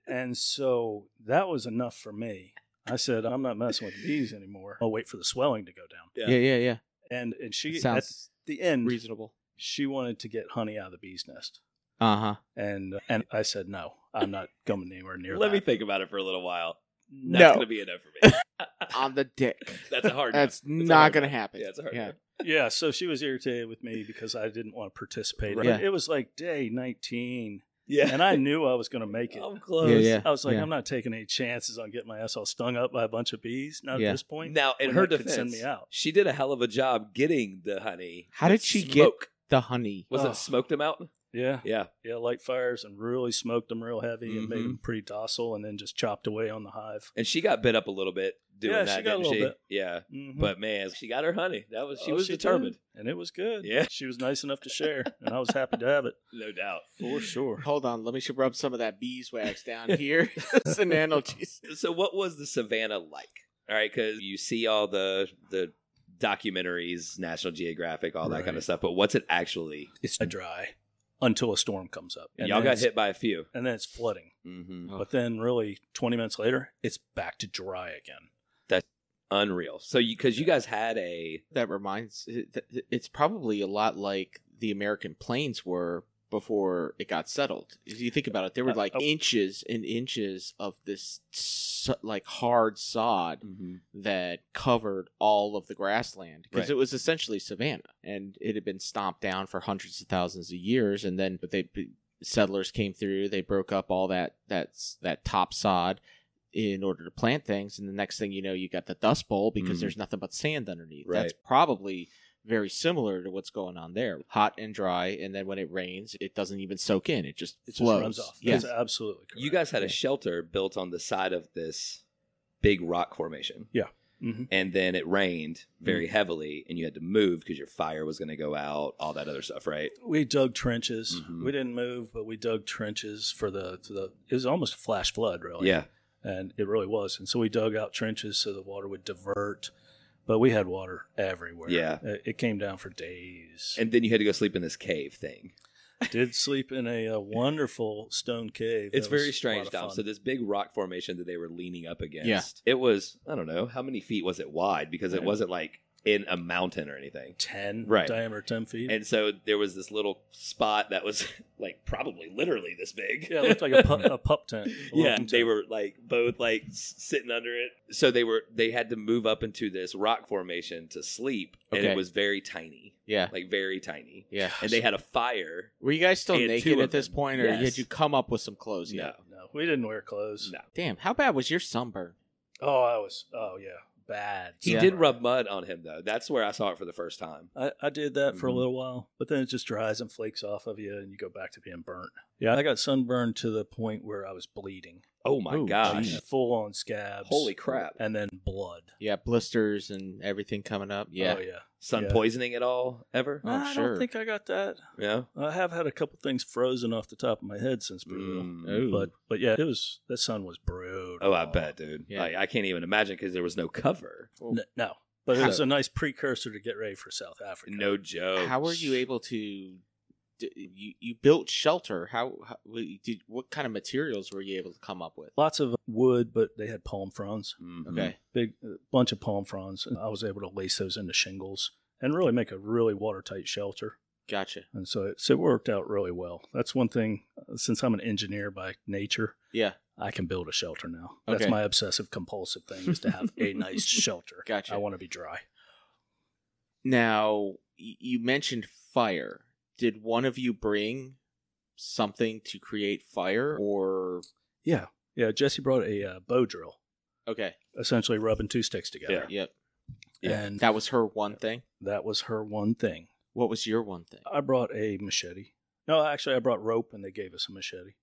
And so that was enough for me. I said, I'm not messing with bees anymore. I'll wait for the swelling to go down.
yeah, yeah, yeah.
And and she
Sounds
at the end
reasonable.
she wanted to get honey out of the bee's nest.
Uh huh.
And and I said, No, I'm not coming anywhere near
Let
that.
me think about it for a little while.
No.
That's gonna be enough for me.
On the dick.
That's a hard.
That's
no. It's a
not
hard
going to
no.
happen.
Yeah, it's a hard.
Yeah.
no.
yeah, so she was irritated with me because I didn't want to participate. But
Yeah.
It was like day nineteen
Yeah.
and I knew I was gonna make it.
I'm close.
Yeah, yeah.
I was like,
yeah.
I'm not taking any chances on getting my ass all stung up by a bunch of bees. Not
Yeah.
at this point.
Now, in
When
her
that could
defense,
send me out.
she did a hell of a job getting the honey.
How
with
did she get-
smoke.
The honey.
Was
Oh.
it smoked them out?
Yeah,
Yeah.
yeah, light fires and really smoked them real heavy and made
Mhm.
them pretty docile, and then just chopped away on the hive.
and she got bit up a little bit doing
Yeah,
that.
she got a
didn't
little
she?
bit.
Yeah,
Mhm.
but man, she got her honey. That was she
Oh,
was
did,
determined,
and it was good.
Yeah.
she was nice enough to share, and I was happy to have it
no doubt.
for sure.
Hold on. Let me should rub some of that beeswax down here. it's an analgesia.
So, what was the savannah like? All right, because you see all the the documentaries, National Geographic, all that kind
Right.
of stuff. But what's it actually?
It's dry until a storm comes up. and
Y'all
then
got
it's-
hit by a few.
and then it's flooding.
Mm-hmm.
Oh.
But then, really, 20 minutes later, it's back to dry again.
Unreal. So you because you guys had a
That reminds. it- th- It's probably a lot like the American plains were before it got settled. If you think about it, there were
Uh,
like
oh.
inches and inches of this so- like hard sod
Mm-hmm.
that covered all of the grassland because
Right.
it was essentially savanna and it had been stomped down for hundreds of thousands of years and then but they settlers came through they broke up all that that's that top sod in order to plant things and the next thing you know you got the dust bowl because
Mhm.
there's nothing but sand underneath that's
Right.
probably very similar to what's going on there hot and dry and then when it rains it doesn't even soak in it just
It just
flows
runs off.
yes
That's absolutely correct.
you guys had a
Yeah.
shelter built on the side of this big rock formation.
hmm
and then it rained
Mm-hmm.
very heavily and you had to move because your fire was going to go out all that other stuff right
We dug trenches.
Mhm.
We didn't move, but we dug trenches for the to the. It was almost a flash flood, really.
yeah
and it really was. And so we dug out trenches so the water would divert, but we had water everywhere.
Yeah.
it, it came down for days.
and then you had to go sleep in this cave thing
Did sleep in a, uh wonderful stone cave.
it's
That was
very
a
strange
lot of
dom
fun.
so this big rock formation that they were leaning up against it was i don't know how many feet was it wide because it
Yeah.
wasn't like in a mountain or anything
ten
Right.
diameter, ten feet.
and so there was this little spot that was like probably literally this big
yeah, it looked like a pup, a pup tent. a
yeah
welcome
they
tent.
were like both like s- sitting under it so they were they had to move up into this rock formation to sleep and
Okay.
it was very tiny
yeah
like very tiny
yeah
and they had a fire
were you guys still
And
naked
two
at
of
this
them.
point or
Yes.
had you come up with some clothes yet?
no
No, we didn't wear clothes.
no
Damn, how bad was your sunburn?
Oh, I was. Oh yeah, bad.
He
Yeah.
did rub mud on him though. That's where I saw it for the first time.
I, I did that for a
Mhm.
little while, but then it just dries and flakes off of you, and you go back to being burnt. Yeah, I got sunburned to the point where I was bleeding.
Oh my
Oh,
gosh.
geez.
full on scabs.
Holy crap.
And then blood.
Yeah, blisters and everything coming up. Yeah.
Oh yeah.
Sun
Yeah.
poisoning at all ever?
Oh,
I
sure.
don't think I got that.
Yeah.
I have had a couple things frozen off the top of my head since Peru,
Mm.
Ooh.
but but yeah, it was that sun was brutal.
Oh, I bet, dude.
Yeah.
Like I can't even imagine because there was no cover.
N- no, but it was
So-
a nice precursor to get ready for South Africa.
No joke.
How were you able to? d- You you built shelter. How, how w- did? What kind of materials were you able to come up with?
lots of wood, but they had palm fronds,
Mhm.
Okay.
big uh, bunch of palm fronds, and I was able to lace those into shingles and really make a really watertight shelter.
Gotcha.
and so it, so it worked out really well. That's one thing. uh, Since I'm an engineer by nature,
Yeah.
I can build a shelter now. That's
Okay.
my obsessive compulsive thing is to have a nice shelter.
Gotcha.
I want to be dry.
Now y- you mentioned fire. Did one of you bring something to create fire, or
Yeah, yeah. Jesse brought a uh, bow drill,
okay?
essentially rubbing two sticks together,
Yep.
Yeah.
and
That was her one thing.
that was her one thing.
What was your one thing?
I brought a machete. No, actually, I brought rope, and they gave us a machete.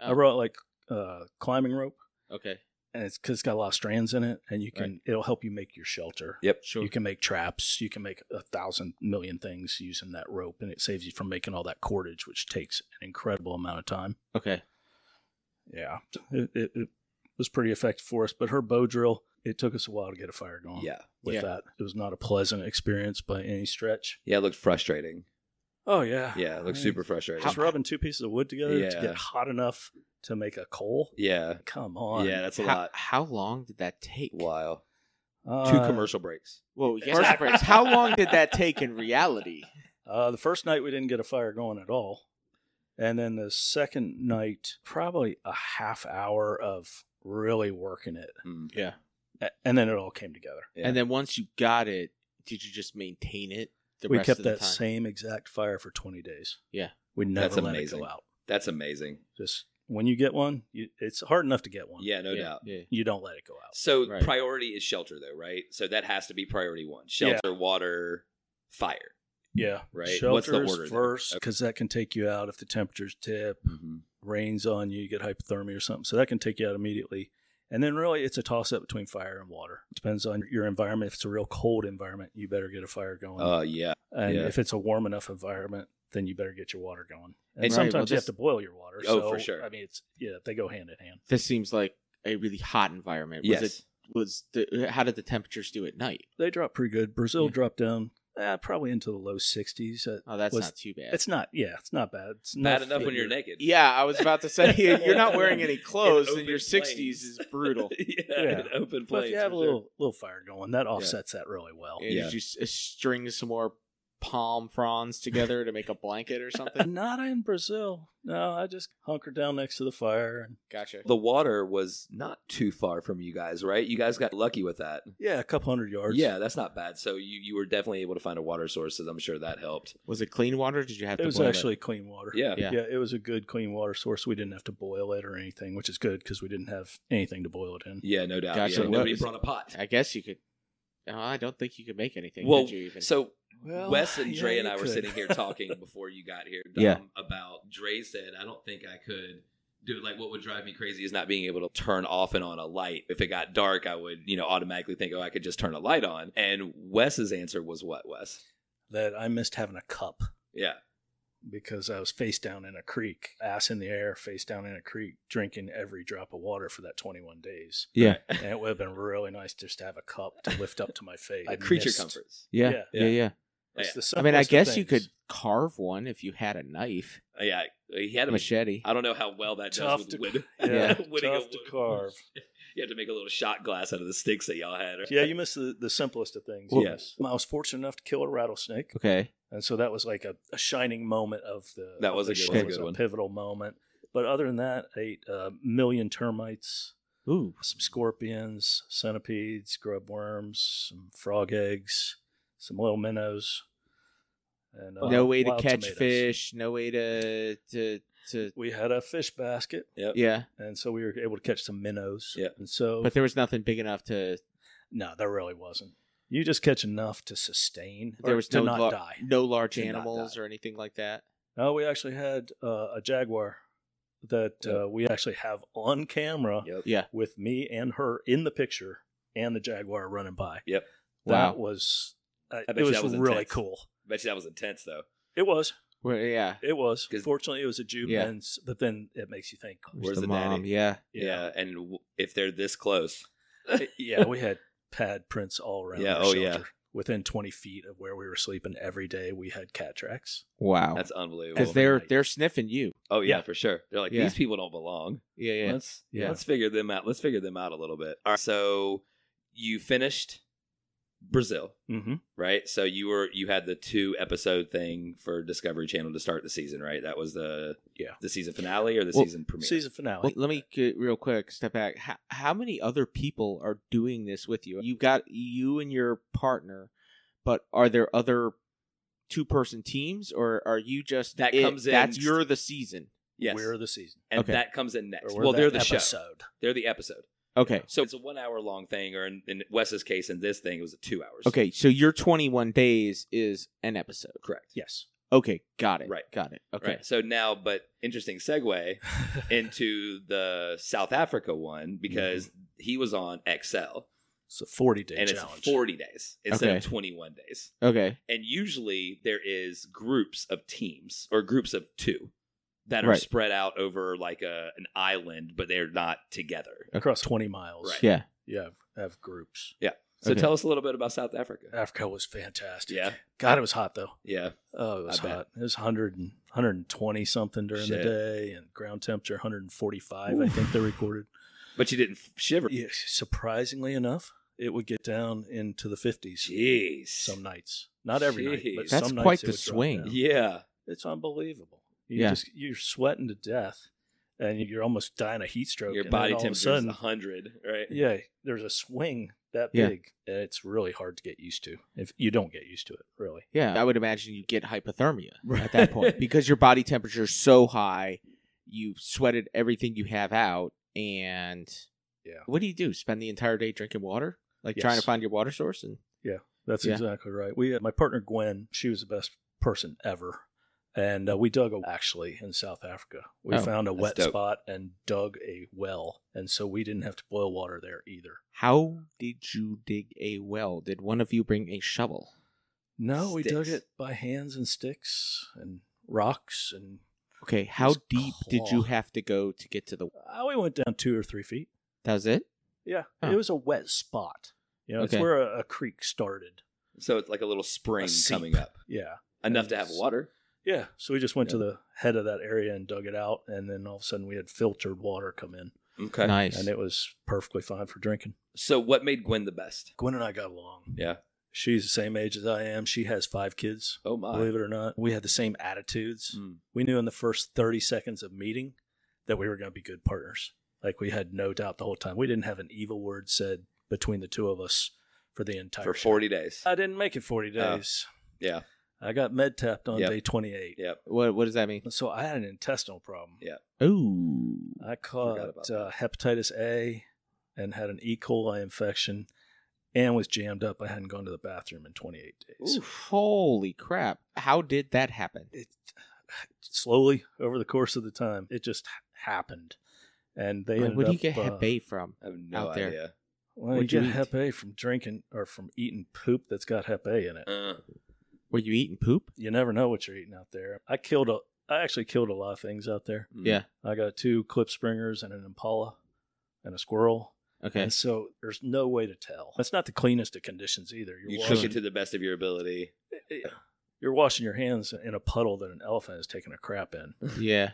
I
Oh.
brought like uh, climbing rope,
Uh,
Okay.
and it's because it's got a lot of strands in it, and you can
Right.
it'll help you make your shelter.
Yep.
Sure.
You can make traps. You can make a thousand million things using that rope, and it saves you from making all that cordage, which takes an incredible amount of time.
Okay.
Yeah, it, it, it was pretty effective for us. But her bow drill, it took us a while to get a fire going.
Yeah.
with
Yeah.
that, it was not a pleasant experience by any stretch.
Yeah, it looked frustrating.
Oh yeah,
Yeah, it looked
I mean,
super frustrating.
Just rubbing two pieces of wood together
Yeah.
to get hot enough to make a coal.
yeah.
Come on.
Yeah, that's a
how,
lot.
How long did that take?
Wow.
Uh,
Two commercial breaks.
Well, yes, Briggs, How long did that take in reality?
Uh, the first night we didn't get a fire going at all. And then the second night, probably a half hour of really working it.
Mm.
Yeah.
A- And then it all came together.
Yeah.
And then once you got it, did you just maintain it? The
we
rest
kept
of the
that
time?
same exact fire for 20 days.
Yeah.
We never
That's
let
amazing.
it go out.
That's amazing.
Just when you get one, you, it's hard enough to get one.
Yeah, no
yeah,
doubt.
Yeah.
You don't let it go out.
So
Right.
priority is shelter though, right? So that has to be priority one. Shelter, water, fire.
Yeah.
Right. What's the
Shelters
order there?
first
Okay.
because that can take you out if the temperatures tip.
Mm-hmm.
rains on you, you get hypothermia or something. So that can take you out immediately. And then really it's a toss up between fire and water. Depends on your environment. If it's a real cold environment, you better get a fire going.
Uh yeah.
and
yeah.
if it's a warm enough environment, then you better get your water going.
And
And,
right,
sometimes
well,
you
this-
have to boil your water.
Oh,
so,
for sure.
I mean, it's yeah, they go hand in hand.
This seems like a really hot environment. Was
yes.
it was the how did the temperatures do at night?
They drop pretty good. Brazil
Yeah.
dropped down eh, probably into the low 60s. Uh,
Oh, that's
Was-
not too bad.
It's not, yeah, it's not bad. It's
Bad enough when
that
you're naked.
yeah, I was about to say you're not wearing any clothes,
In
and your
open
sixties
plains.
is brutal.
yeah,
Yeah.
in Open
But
place.
if you have a little little fire going, that offsets that really well.
And
Yeah.
You just uh, string some more palm fronds together to make a blanket or something.
Not in Brazil. No, I just hunker down next to the fire and
Gotcha.
The water was not too far from you guys, right? You guys got lucky with that.
Yeah, a couple hundred yards.
Yeah, that's not bad. So you, you were definitely able to find a water source, so I'm sure that helped.
Was it clean water? Did you have
It
to
was
boil
actually clean water.
Yeah.
Yeah.
yeah. it was a good clean water source. We didn't have to boil it or anything, which is good because we didn't have anything to boil it in.
Yeah, no doubt.
Gotcha.
Yeah, nobody
What-
brought a pot.
I guess you could. No, I don't think you could make anything.
Well,
could you even?
So
Well,
Wes and
yeah,
Dre and
you
I were
could.
sitting here talking before you got here Dom,
Yeah.
about Dre said, I don't think I could do like what would drive me crazy is not being able to turn off and on a light. If it got dark, I would, you know, automatically think, oh, I could just turn a light on. And Wes's answer was what, Wes?
that I missed having a cup
Yeah.
because I was face down in a creek, ass in the air, face down in a creek, drinking every drop of water for that 21 days.
Yeah.
and it would have been really nice just to have a cup to lift up to my face. I
Like creature
missed-
comforts.
yeah,
yeah.
yeah, yeah.
it's the
I mean, I
simplest of
guess you
things.
could carve one if you had a knife,
Uh, Yeah. He had
a
a
machete.
I don't know how well that
Tough
does
to-
with wood.
yeah,
winning a
tough to
wood-
carve.
You had to make a little shot glass out of the sticks that y'all had.
Yeah, you missed the, the simplest of things.
Well-
yes. I was fortunate enough to kill a rattlesnake.
Okay.
And so that was like a, a shining moment of the.
That
of
was
the
a good
show.
one.
It
Good
was
one.
a pivotal moment. But other than that, I ate a million termites,
Ooh.
some scorpions, centipedes, grub worms, some frog eggs, some little minnows, and uh,
no way to
wild
catch
tomatoes.
fish. No way to to to.
We had a fish basket,
Yep.
Yeah,
and so we were able to catch some minnows.
Yeah.
And so
but there was nothing big enough to.
No, there really wasn't. You just catch enough to sustain.
There was
to
no
not
lar-
die.
no large
Did not
animals
die.
or anything like that.
No, we actually had uh, a jaguar that uh, we actually have on camera
Yep.
Yeah.
with me and her in the picture and the jaguar running by.
Yep.
Wow.
That was uh,
bet
it
you
was,
that was
really
intense.
cool.
Bet you that was intense though.
It was.
Well, yeah.
It was.
'Cause-
Fortunately, it was a Jew
Yeah.
man's, but then it makes you think.
Where's the daddy?
mom? Yeah.
Yeah, and w- if they're this close,
yeah, yeah, we had pad prints all around.
Yeah,
our
oh,
shelter.
yeah.
Within 20 feet of where we were sleeping every day, we had cat tracks.
Wow.
that's unbelievable.
Because they're
Like,
they're sniffing you.
oh yeah,
Yeah.
for sure. They're like
Yeah.
these people don't belong.
Yeah. Yeah.
Let's
Yeah.
let's figure them out. Let's figure them out a little bit. All right, so you finished Brazil,
Mm-hmm.
right? So you were you had the two episode thing for Discovery Channel to start the season, right? That was the
Yeah.
the season finale or the
Well,
season premiere.
Season finale.
Well, let me get real quick step back. How, how many other people are doing this with you? You've got you and your partner, but are there other two person teams, or are you just
That
it?
comes in-
That's you're the season.
yes,
We're the season.
and
okay.
that comes in next.
Or we're
Well, they're the
that
show.
episode.
They're the episode.
Okay,
So it's a one hour long thing, or in, in Wes's case, in this thing, it was two hours.
okay. So your 21 days is an episode.
correct.
Yes.
Okay, got it.
Right.
got it. Okay,
Right. So now, but interesting segue into the South Africa one because he was on XL
It's a 40 day
and
Mm-hmm. challenge.
it's 40 days instead of
Okay.
21 days.
okay,
And usually there is groups of teams or groups of two that are
Right.
spread out over like a, an island, but they're not together.
Across 20 miles.
Right.
yeah.
Yeah. Have groups.
So
Okay.
tell us a little bit about South Africa.
Africa was fantastic.
Yeah.
God, it was hot, though.
Yeah.
Oh, it was
I bet.
hot. It was 100 and, 120 something during
Shit.
the day, and ground temperature 145, I think they recorded.
But you didn't f- shiver.
Yeah, surprisingly enough, it would get down into the 50s
Jeez.
some nights. Not every night,
Jeez.
but
That's
some
quite
nights it
the
would drop
swing.
down.
yeah.
It's unbelievable. You
Yeah.
just you're sweating to death, and you're almost dying of heat stroke.
Your
and then
body
all of a
temperature is
sudden,
100, right?
yeah, there's a swing that
Yeah.
big, and it's really hard to get used to. If you don't get used to it, really.
Yeah, I would imagine you get hypothermia
Right.
at that point because your body temperature is so high, you've sweated everything you have out, and
Yeah.
what do you do? Spend the entire day drinking water, like
Yes.
trying to find your water source, and
That's
Yeah.
exactly right. We, uh, my partner Gwen, she was the best person ever, and uh, we dug a actually in South Africa. We
Oh,
found a
that's
wet
dope.
spot and dug a well, and so we didn't have to boil water there either.
how did you dig a well? Did one of you bring a shovel?
No, we dug
Sticks.
it by hands and sticks and rocks, and
Okay, how
was
deep did you
claw.
have to go to get to the?
uh, we went down two or three feet.
That was it.
Yeah,
Huh.
it was a wet spot. You know,
Okay.
it's where a, a creek started.
So it's like a little spring
A seep.
coming up,
Yeah,
enough
And
to have
s-
water.
yeah. So we just went to
Yeah.
the head of that area and dug it out, and then all of a sudden we had filtered water come in,
Okay.
Nice.
and it was perfectly fine for drinking.
So what made Gwen the best?
Gwen and I got along.
Yeah.
She's the same age as I am. She has five kids,
Oh my.
believe it or not. We had the same attitudes.
Mm.
We knew in the first 30 seconds of meeting that we were going to be good partners. Like we had no doubt the whole time. We didn't have an evil word said between the two of us for the entire
For
show.
40 days.
I didn't make it 40
Oh.
days.
Yeah.
I got med tapped on
Yep.
day 28.
Yep.
what What does that mean?
So I had an intestinal problem.
Yeah.
Ooh.
I
about
caught
that.
uh, hepatitis A and had an E. coli infection and was jammed up. I hadn't gone to the bathroom in 28 days.
Holy crap! How did that happen?
It slowly over the course of the time, it just ha- happened. And they
Like,
ended
where do you
up,
get
uh,
Hep A from?
I have no
Out there.
idea.
Well, you
What'd you
get
eat?
Hep A from drinking or from eating poop that's got Hep A in it.
Uh,
Were you eating poop?
You never know what you're eating out there. I killed a, I actually killed a lot of things out there.
mm.
Yeah.
I got two clip springers and an impala and a squirrel.
Okay.
And so there's no way to tell. It's not the cleanest of conditions either. You're
You
washing,
cook it to the best of your ability.
you're washing your hands in a puddle that an elephant is taking a crap in.
Yeah.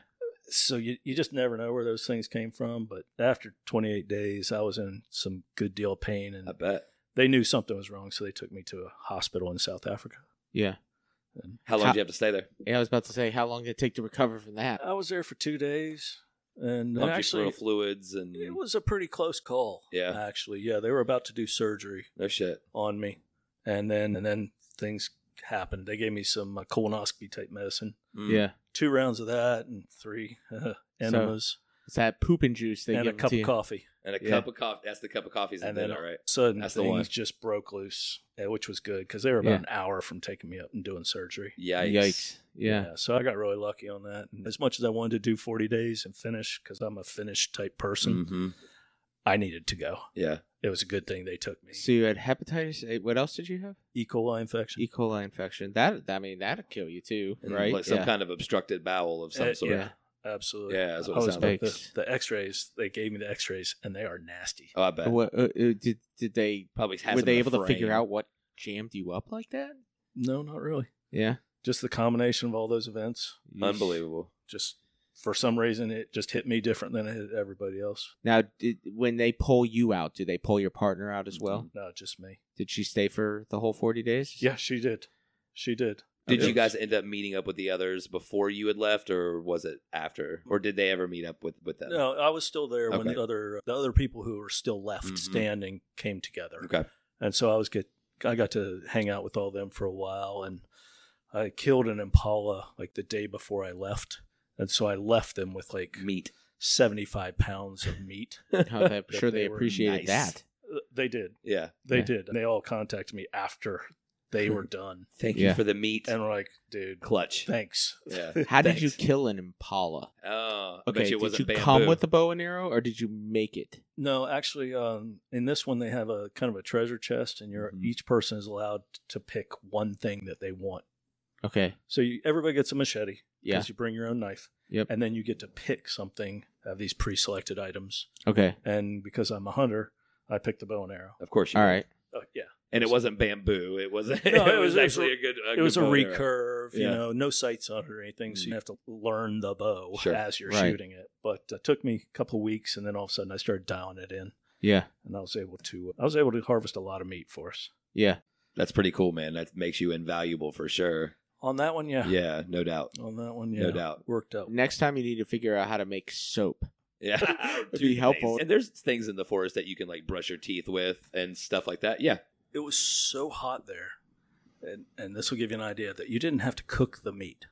So you, you just never know where those things came from. But after 28 days, I was in some good deal of pain,
I
and
bet.
they knew something was wrong, so they took me to a hospital in South Africa.
Yeah.
And
How long
How-
did you have to stay there?
Yeah, I was about to say, how long did it take to recover from that?
I was there for two days, and
Pumped your
actually,
pleural fluids and
it was a pretty close call.
Yeah.
actually, yeah, they were about to do surgery.
no shit.
on me, and then and then things happened. They gave me some uh, colonoscopy type medicine,
Mm.
Yeah.
two rounds of that, and three uh, enemas,
It's that poop and juice they
and a
give
cup
to
of
you.
coffee.
and a
Yeah.
cup of coffee. That's the cup of coffee's and
And
then
then-
all right.
Sudden
That's the one.
things just broke loose, eh, which was good because they were about
Yeah.
an hour from taking me up and doing surgery.
Yikes.
Yeah.
So I got really lucky on that. And as much as I wanted to do 40 days and finish, because I'm a finish type
Mm.
person,
Mm-hmm.
I needed to go.
Yeah.
It was a good thing they took me.
So you had hepatitis. A. What else did you have?
E. coli infection.
E. coli infection. That I mean, that'll kill you too,
And
right?
Like some
yeah.
kind of obstructed bowel of some
Eh,
sort.
yeah,
Uh, Yeah.
absolutely.
that's
I
what it
was
sounds like.
big.
like the, the x-rays. They gave me the x-rays and they are nasty.
Oh, I bet.
What, uh, uh, did did they
Probably has
were
him
they
in a
able to figure
frame.
out what jammed you up like that?
No, not really.
Yeah.
Just the combination of all those events.
Unbelievable.
Just for some reason, it just hit me different than it hit everybody else.
Now, did, when they pull you out, do they pull your partner out as
Mm-hmm.
well?
No, just me.
Did she stay for the whole forty days?
Yeah, she did. She did.
Did
Okay.
you guys end up meeting up with the others before you had left, or was it after, or did they ever meet up with with them?
No, I was still there when
Okay.
the other the other people who were still left
Mhm.
standing came together.
Okay.
and so I was get I got to hang out with all of them for a while, and I killed an impala like the day before I left, and so I left them with like
Meet.
seventy five pounds of meat.
How they- I'm sure they,
They were
appreciated
nice.
that.
Uh, they did,
Yeah.
they
Yeah.
did. They all contacted me after they were done,
Thank
Yeah.
you for the meat
and were like, "Dude,
clutch.
thanks."
Yeah.
How did you
Thanks.
kill an impala?
Oh, I bet
Okay,
you it
did you
wasn't bamboo.
come with a bow and arrow, or did you make it?
No, actually, um, in this one they have a kind of a treasure chest, and you're
Mm-hmm.
Mhm.
each person is allowed to pick one thing that they want.
Okay.
So you, everybody gets a machete.
Yeah.
because you bring your own knife.
Yep.
And then you get to pick something of these pre-selected items.
Okay.
And because I'm a hunter, I picked the bow and arrow.
Of course. You
All
did.
right.
Oh, yeah,
And it wasn't bamboo. It wasn't.
No,
it, was actually
a-
a good. A
it was a
good bow and arrow.
recurve. You
Yeah. Mm.
know, no sights on it or anything, so you have to learn the bow
Sure.
as you're
Right.
shooting it. But it took me a couple of weeks, and then all of a sudden I started dialing it in,
Yeah.
and I was able to I was able to harvest a lot of meat for us
Yeah.
That's pretty cool, man. That makes you invaluable for sure.
on that one. Yeah,
Yeah, no doubt.
on that one. Yeah,
No doubt.
worked out.
Next time you need to figure out how to make soap.
Yeah.
It'd be
Dude,
helpful.
And there's things in the forest that you can like brush your teeth with and stuff like that. Yeah.
It was so hot there, and and this will give you an idea that you didn't have to cook the meat.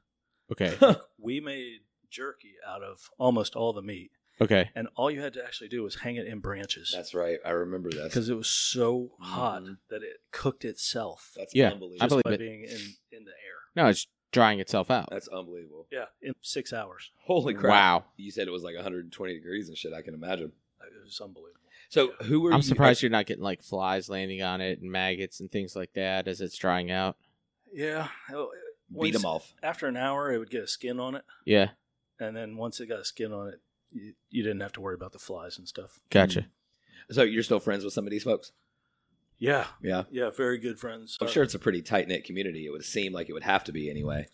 Okay.
we made jerky out of almost all the meat,
Okay.
and all you had to actually do was hang it in branches
That's right. I remember that.
because it was so hot
Mhm.
that it cooked itself
That's
Yeah,
unbelievable.
I
just
believe
by
it.
being in, in the air.
No, it's drying itself out.
That's unbelievable.
Yeah, in six hours,
Holy crap.
Wow.
You said it was like 120 degrees and shit. I can imagine.
it was unbelievable.
So who were
I'm
you-
surprised you're not getting like flies landing on it and maggots and things like that as it's drying out.
Yeah, oh, it-
beat
once-
them off.
After an hour, it would get a skin on it,
Yeah.
and then once it got a skin on it, you, you didn't have to worry about the flies and stuff.
Mm.
Gotcha.
So you're still friends with some of these folks?
Yeah,
Yeah.
yeah, very good friends.
I'm sure it's a pretty tight knit community. It would seem like it would have to be anyway.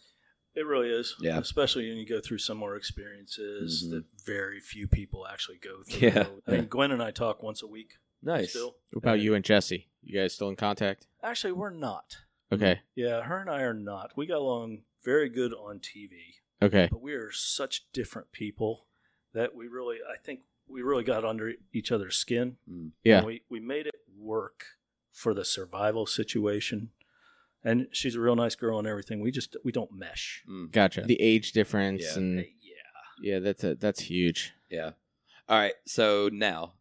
It really is.
Yeah.
Especially when you go through similar experiences
Mhm.
that very few people actually go through.
Yeah.
I mean, Gwen and I talk once a week
Nice.
still.
What about
Yeah.
you and Jesse? You guys still in contact?
Actually, we're not.
Mm-hmm.
Okay.
Yeah, her and I are not. We got along very good on TV,
Okay.
but we are such different people that we really, I think, we really got under each other's skin.
Mm.
Yeah.
And we, we made it work for the survival situation. And she's a real nice girl and everything. We just, we don't mesh.
Mm.
Gotcha. The age difference
Yeah.
and
Yeah.
yeah, that's a, that's huge.
Yeah. All right. So now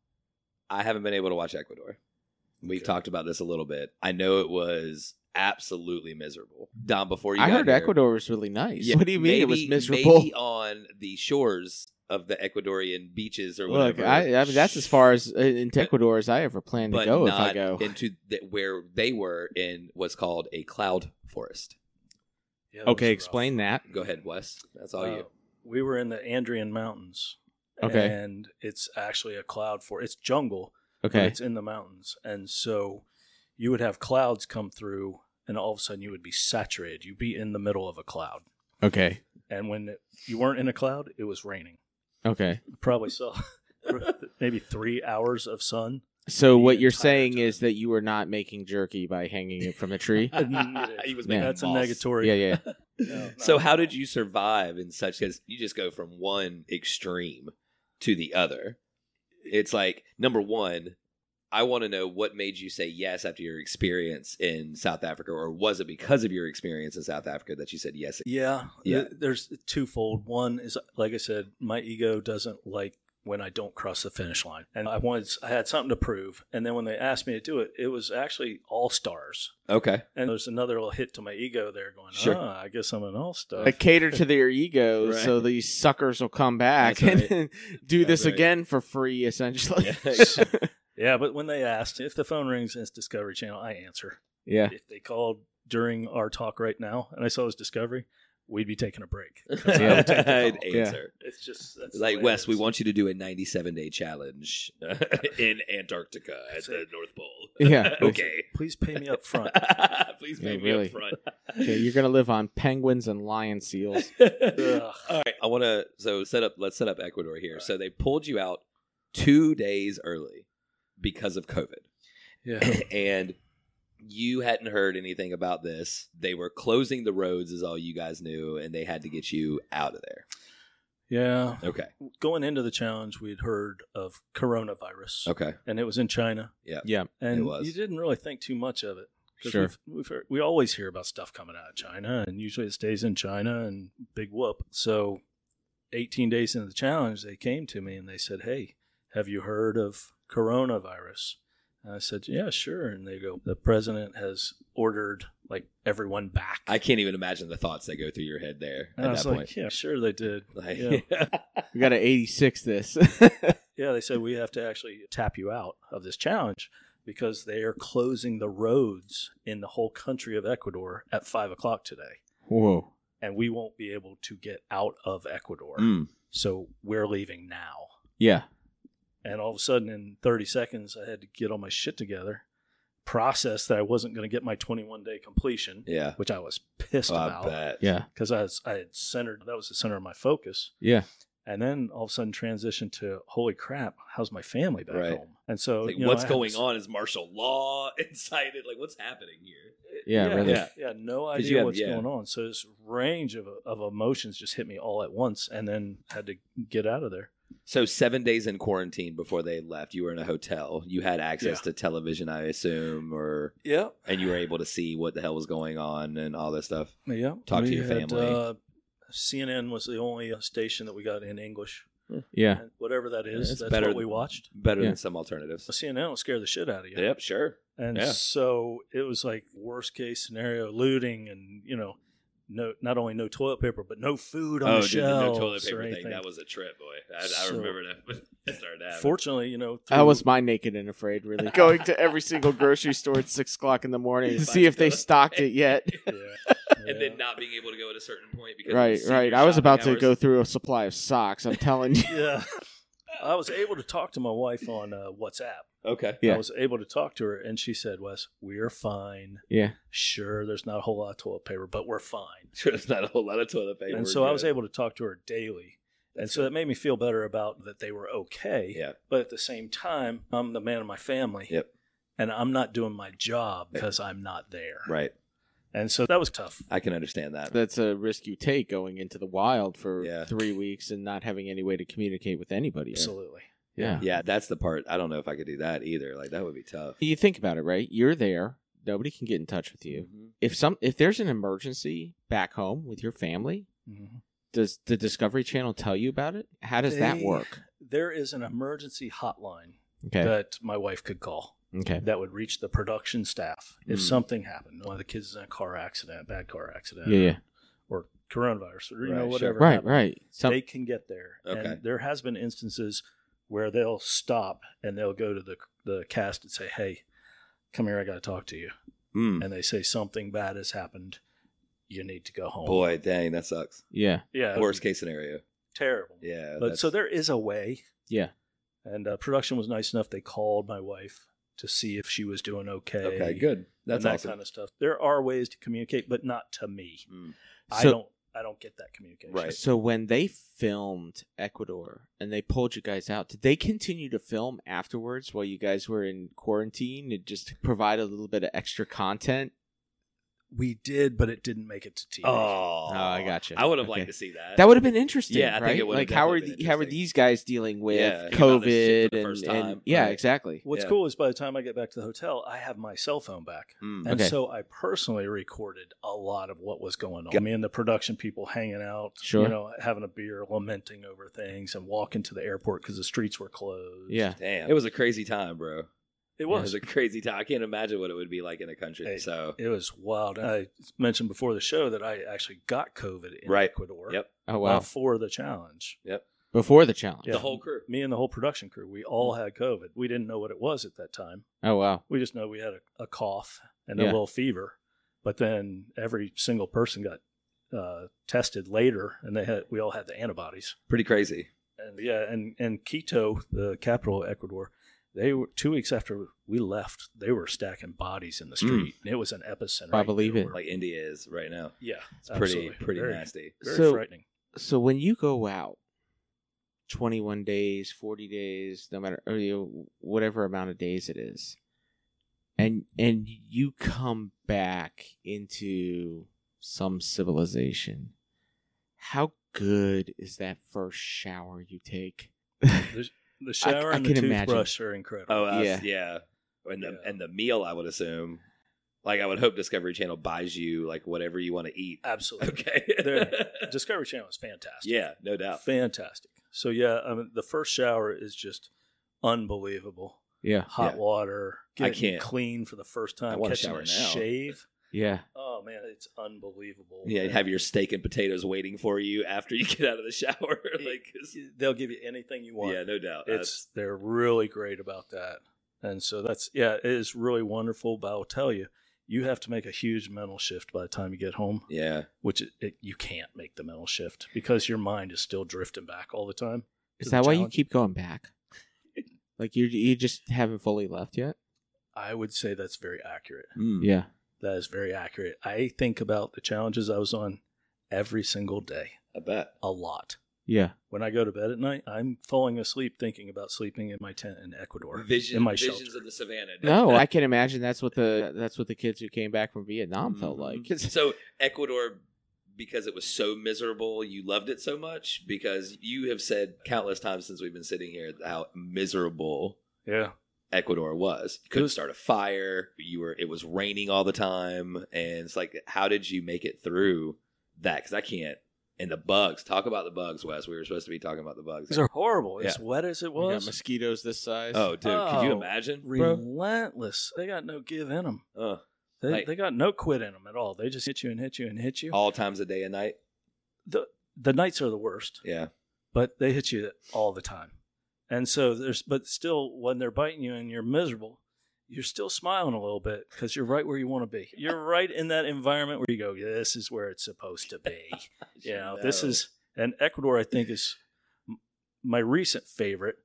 I haven't been able to watch Ecuador. We've
Okay.
talked about this a little bit. I know it was absolutely miserable. Don, before you
I
got
heard
here-
Ecuador was really nice.
Yeah,
what do you mean it was
maybe-
miserable?
Maybe on the shores of the Ecuadorian beaches or whatever.
Look, I, I mean, that's as far as uh, into Ecuador as I ever plan to
but
go if
not
I go.
into the, where they were in what's called a cloud forest.
yeah it was
Okay,
rough.
explain that.
Go ahead, Wes. That's all
Uh,
you.
We were in the Andean Mountains.
Okay.
And it's actually a cloud for it's jungle, but
Okay.
it's in the mountains. And so you would have clouds come through and all of a sudden you would be saturated. You'd be in the middle of a cloud.
Okay.
And when it, you weren't in a cloud, it was raining.
Okay.
You probably saw maybe 3 hours of sun.
So
The
what you're
entire
saying
time.
is that you were not making jerky by hanging it from a tree?
He was
Yeah.
making
That's a
moss.
negatory.
yeah, yeah.
No,
So
no.
how did you survive in such? Because you just go from one extreme to the other. It's like number one. I want to know what made you say yes after your experience in South Africa, or was it because of your experience in South Africa that you said yes?
Yeah,
Yeah.
th- there's twofold. One is, like I said, my ego doesn't like when I don't cross the finish line. And I wanted I had something to prove. And then when they asked me to do it, it was actually all stars.
Okay.
And there's another little hit to my ego there going,
Sure.
"Ah, I guess I'm an all star.
I cater to their egos so
Right.
these suckers will come back
That's right.
and do
That's
this
right.
again for free, essentially.
Yeah.
yeah, but when they asked if the phone rings and it's Discovery Channel, I answer.
yeah.
If they called during our talk right now and I saw it was Discovery, we'd be taking a break. 'Cause I would take the
I'd
call.
Yeah.
answer.
It's just that's the way
Like
it
Wes, we
is.
want you to do a 97 day challenge in Antarctica at the North Pole.
Yeah.
okay.
Please pay me up front.
Please
Yeah,
pay me
really.
up front.
Okay, you're gonna live on penguins and lion seals.
Ugh.
All right, I want to so set up. Let's set up Ecuador here. So they pulled you out two days early because of COVID,
Yeah.
and you hadn't heard anything about this. They were closing the roads, is all you guys knew, and they had to get you out of there.
Yeah.
Okay,
Going into the challenge, we'd heard of coronavirus,
okay,
and it was in China.
Yeah.
and
It was.
you didn't really think too much of it. 'Cause
Sure.
We've, we've heard, we always hear about stuff coming out of China, and usually it stays in China and big whoop. So, 18 days into the challenge, they came to me and they said, Hey, have you heard of coronavirus? And I said, Yeah, sure. And they go, The president has ordered like everyone back.
I can't even imagine the thoughts that go through your head there
and I
at
was
that
like,
point.
Yeah, sure they did.
Like,
yeah.
We gotta eighty six this.
Yeah, they said we have to actually tap you out of this challenge because they are closing the roads in the whole country of Ecuador at five o'clock today,
Whoa.
and we won't be able to get out of Ecuador.
Mm,
So we're leaving now.
Yeah.
And all of a sudden, in 30 seconds, I had to get all my shit together, process that I wasn't going to get my 21 day completion,
yeah,
which I was pissed
Oh, I
about
bet.
Yeah.
because I, was, I had centered, that was the center of my focus.
Yeah.
And then all of a sudden transitioned to holy crap, how's my family back
Right.
home? And so
Like,
you know,
what's
I had
going
this-
on? Is martial law inside it? Like, what's happening here?
Yeah,
yeah,
really.
yeah, yeah, no
you
idea
have-
what's
yeah.
going on. So this range of, of emotions just hit me all at once, and then had to get out of there.
So seven days in quarantine before they left, you were in a hotel. You had access to television, I assume, or
Yeah,
and you were able to see what the hell was going on and all that stuff.
yeah.
Talk to
We
your
had,
family.
Uh, CNN was the only uh, station that we got in English,
Yeah.
and whatever that is,
It's
that's
better
what we
than-
watched.
Better
Yeah.
than some alternatives.
CNN will scare the shit out of you.
Yep, sure.
And
Yeah.
so it was like worst case scenario looting and you know, no not only no toilet paper, but no food on the
Oh, dude, the
shelves
no toilet
or
paper thing.
anything.
That was a trip, boy. I, I
So-
remember that. when it started happening.
Fortunately, you know,
That was my naked and afraid, really. Going to every single grocery store at six o'clock in the morning to see if they stocked it yet.
through- yeah,
and then
yeah.
not being able to go at a certain point because of
Right,
senior
right. I was
shopping
about to
hours.
go through a supply of socks, I'm telling you.
yeah. I was able to talk to my wife on uh, WhatsApp.
Okay.
Yeah.
I was able to talk to her, and she said, "Wes, we're fine.
Yeah.
Sure, there's not a whole lot of toilet paper, but we're fine."
There's not a whole lot of toilet paper.
and so I was
good.
able to talk to her daily, and so that made me feel better about that they were okay.
Yeah.
But at the same time, I'm the man of my family.
Yep.
And I'm not doing my job
Yeah.
because I'm not there.
Right.
And so that was tough.
I can understand that.
That's a risk you take going into the wild for
Yeah.
three weeks and not having any way to communicate with anybody.
Absolutely.
Yeah.
yeah, that's the part. I don't know if I could do that either. Like that would be tough.
You think about it, right? You're there. Nobody can get in touch with you.
Mm-hmm.
If some if there's an emergency back home with your family,
Mm-hmm.
does the Discovery Channel tell you about it? How does that
They-
work?
There is an emergency hotline
Okay.
that my wife could call
okay.
that would reach the production staff if
Mm.
something happened. One of the kids is in a car accident, bad car accident,
Yeah, yeah.
or coronavirus, or you
Right,
know
sure.
whatever.
Right,
happened.
right. Some,
they can get there.
Okay.
And there has been instances where they'll stop and they'll go to the the cast and say, "Hey, come here, I got to talk to you."
Mm.
And they say something bad has happened. You need to go home.
Boy, dang, that sucks.
yeah.
yeah,
Worst case scenario.
terrible.
Yeah.
but so
that's-
there is a way.
Yeah.
And uh, production was nice enough. They called my wife to see if she was doing okay.
okay, good. That's
and that
awesome.
kind of stuff. There are ways to communicate, but not to me.
Mm.
I
So-
don't. I don't get that communication.
Right.
So when they filmed Ecuador and they pulled you guys out, did they continue to film afterwards while you guys were in quarantine and just provide a little bit of extra content?
we did, but it didn't make it to TV.
Oh,
Oh, I gotcha.
I would have
Okay.
liked to see that.
That would have been interesting.
Yeah, I think
right?
it would have
like how are
definitely
the,
been
how are
interesting.
these guys dealing with
Yeah. Came out of
COVID
this shit for the
and,
first
and-
time,
yeah,
right.
exactly.
What's
Yeah.
cool is by the time I get back to the hotel, I have my cell phone back.
Hmm.
Mm,
And
okay,
so I personally recorded a lot of what was going on.
Got-
Me and the production people hanging out,
Sure.
you know, having a beer, lamenting over things, and walking to the airport because the streets were closed.
yeah,
Damn, it was a crazy time, bro. It
it
was
was.
a crazy time. I can't imagine what it would be like in a country.
Hey,
so
It was wild. I mentioned before the show that I actually got COVID in
Right.
Ecuador
Yep.
oh wow.
before the challenge.
Before the challenge,
yeah.
the whole crew.
Me and the whole production crew, we all had COVID. We didn't know what it was at that time.
oh wow,
We just know we had a, a cough and a
Yeah.
little fever, but then every single person got uh, tested later, and they had we all had the antibodies.
Pretty crazy.
And yeah, and and Quito, the capital of Ecuador, they were two weeks after we left, they were stacking bodies in the street. And it was an epicenter.
I believe
There
it.
were-
Like India is right now.
yeah,
It's pretty
absolutely.
pretty
very,
nasty.
Very
So-
frightening.
so when you go out 21 days 40 days no matter or, you know, whatever amount of days it is and and you come back into some civilization how good is that first shower you take
The shower
I
and the
can imagine.
toothbrush are incredible.
Oh, yeah.
Yeah.
yeah. And the
Yeah.
and the meal, I would assume. Like I would hope Discovery Channel buys you like whatever you want to eat.
absolutely.
Okay.
They're- Discovery Channel is fantastic.
yeah, no doubt.
fantastic. So yeah, I mean, the first shower is just unbelievable.
yeah
Hot
Yeah.
water,
I
getting
can't.
clean for the first
I
time,
wanna
catching
shower
a
now.
shave.
yeah
Oh man, it's unbelievable.
Yeah, you
And
have your steak and potatoes waiting for you after you get out of the shower. like, it's-
they'll give you anything you want.
yeah, no doubt.
it's they're really great about that. And so that's yeah, it is really wonderful. But I'll tell you, you have to make a huge mental shift by the time you get home,
That's- yeah.
which it, it, you can't make the mental shift because your mind is still drifting back all the time.
is
It's
that
a
why you
challenge.
keep going back like you you just haven't fully left yet
I would say that's very accurate.
Mm.
yeah
That is very accurate. I think about the challenges I was on every single day
I bet.
a lot.
yeah
When I go to bed at night, I'm falling asleep thinking about sleeping in my tent in Ecuador.
Vision,
in my
visions
shelter.
of the savannah.
no i can imagine that's what the that's what the kids who came back from vietnam felt like
Mhm. so Ecuador, because it was so miserable, you loved it so much because you have said countless times since we've been sitting here how miserable
yeah.
Ecuador was. You couldn't start a fire. You were. It was raining all the time, and it's like, how did you make it through that? Because I can't. And the bugs. Talk about the bugs, Wes. We were supposed to be talking about the bugs.
These are horrible. As
Yeah.
wet as it
We got
was,
mosquitoes this size
Oh, dude, could you
Oh,
imagine, bro?
relentless. They got no give in them.
Uh,
They,
Like-
they got no quit in them at all. They just hit you and hit you and hit you.
all times of day and night.
The, the nights are the worst.
Yeah,
but they hit you all the time. And so there's, but still, when they're biting you and you're miserable, you're still smiling a little bit because you're right where you want to be. You're right in that environment where you go, yeah, this is where it's supposed to be. You know, this
No.
is, and Ecuador, I think, is m- my recent favorite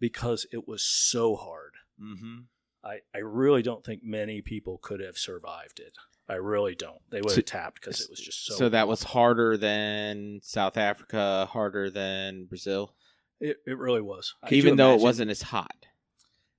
because it was so hard.
Mhm.
I, I really don't think many people could have survived it. I really don't. They would
So-
have tapped because it was just so.
So that was harder than South Africa, harder than Brazil,
it, it really was. Could you
even though it
imagine?
wasn't as hot.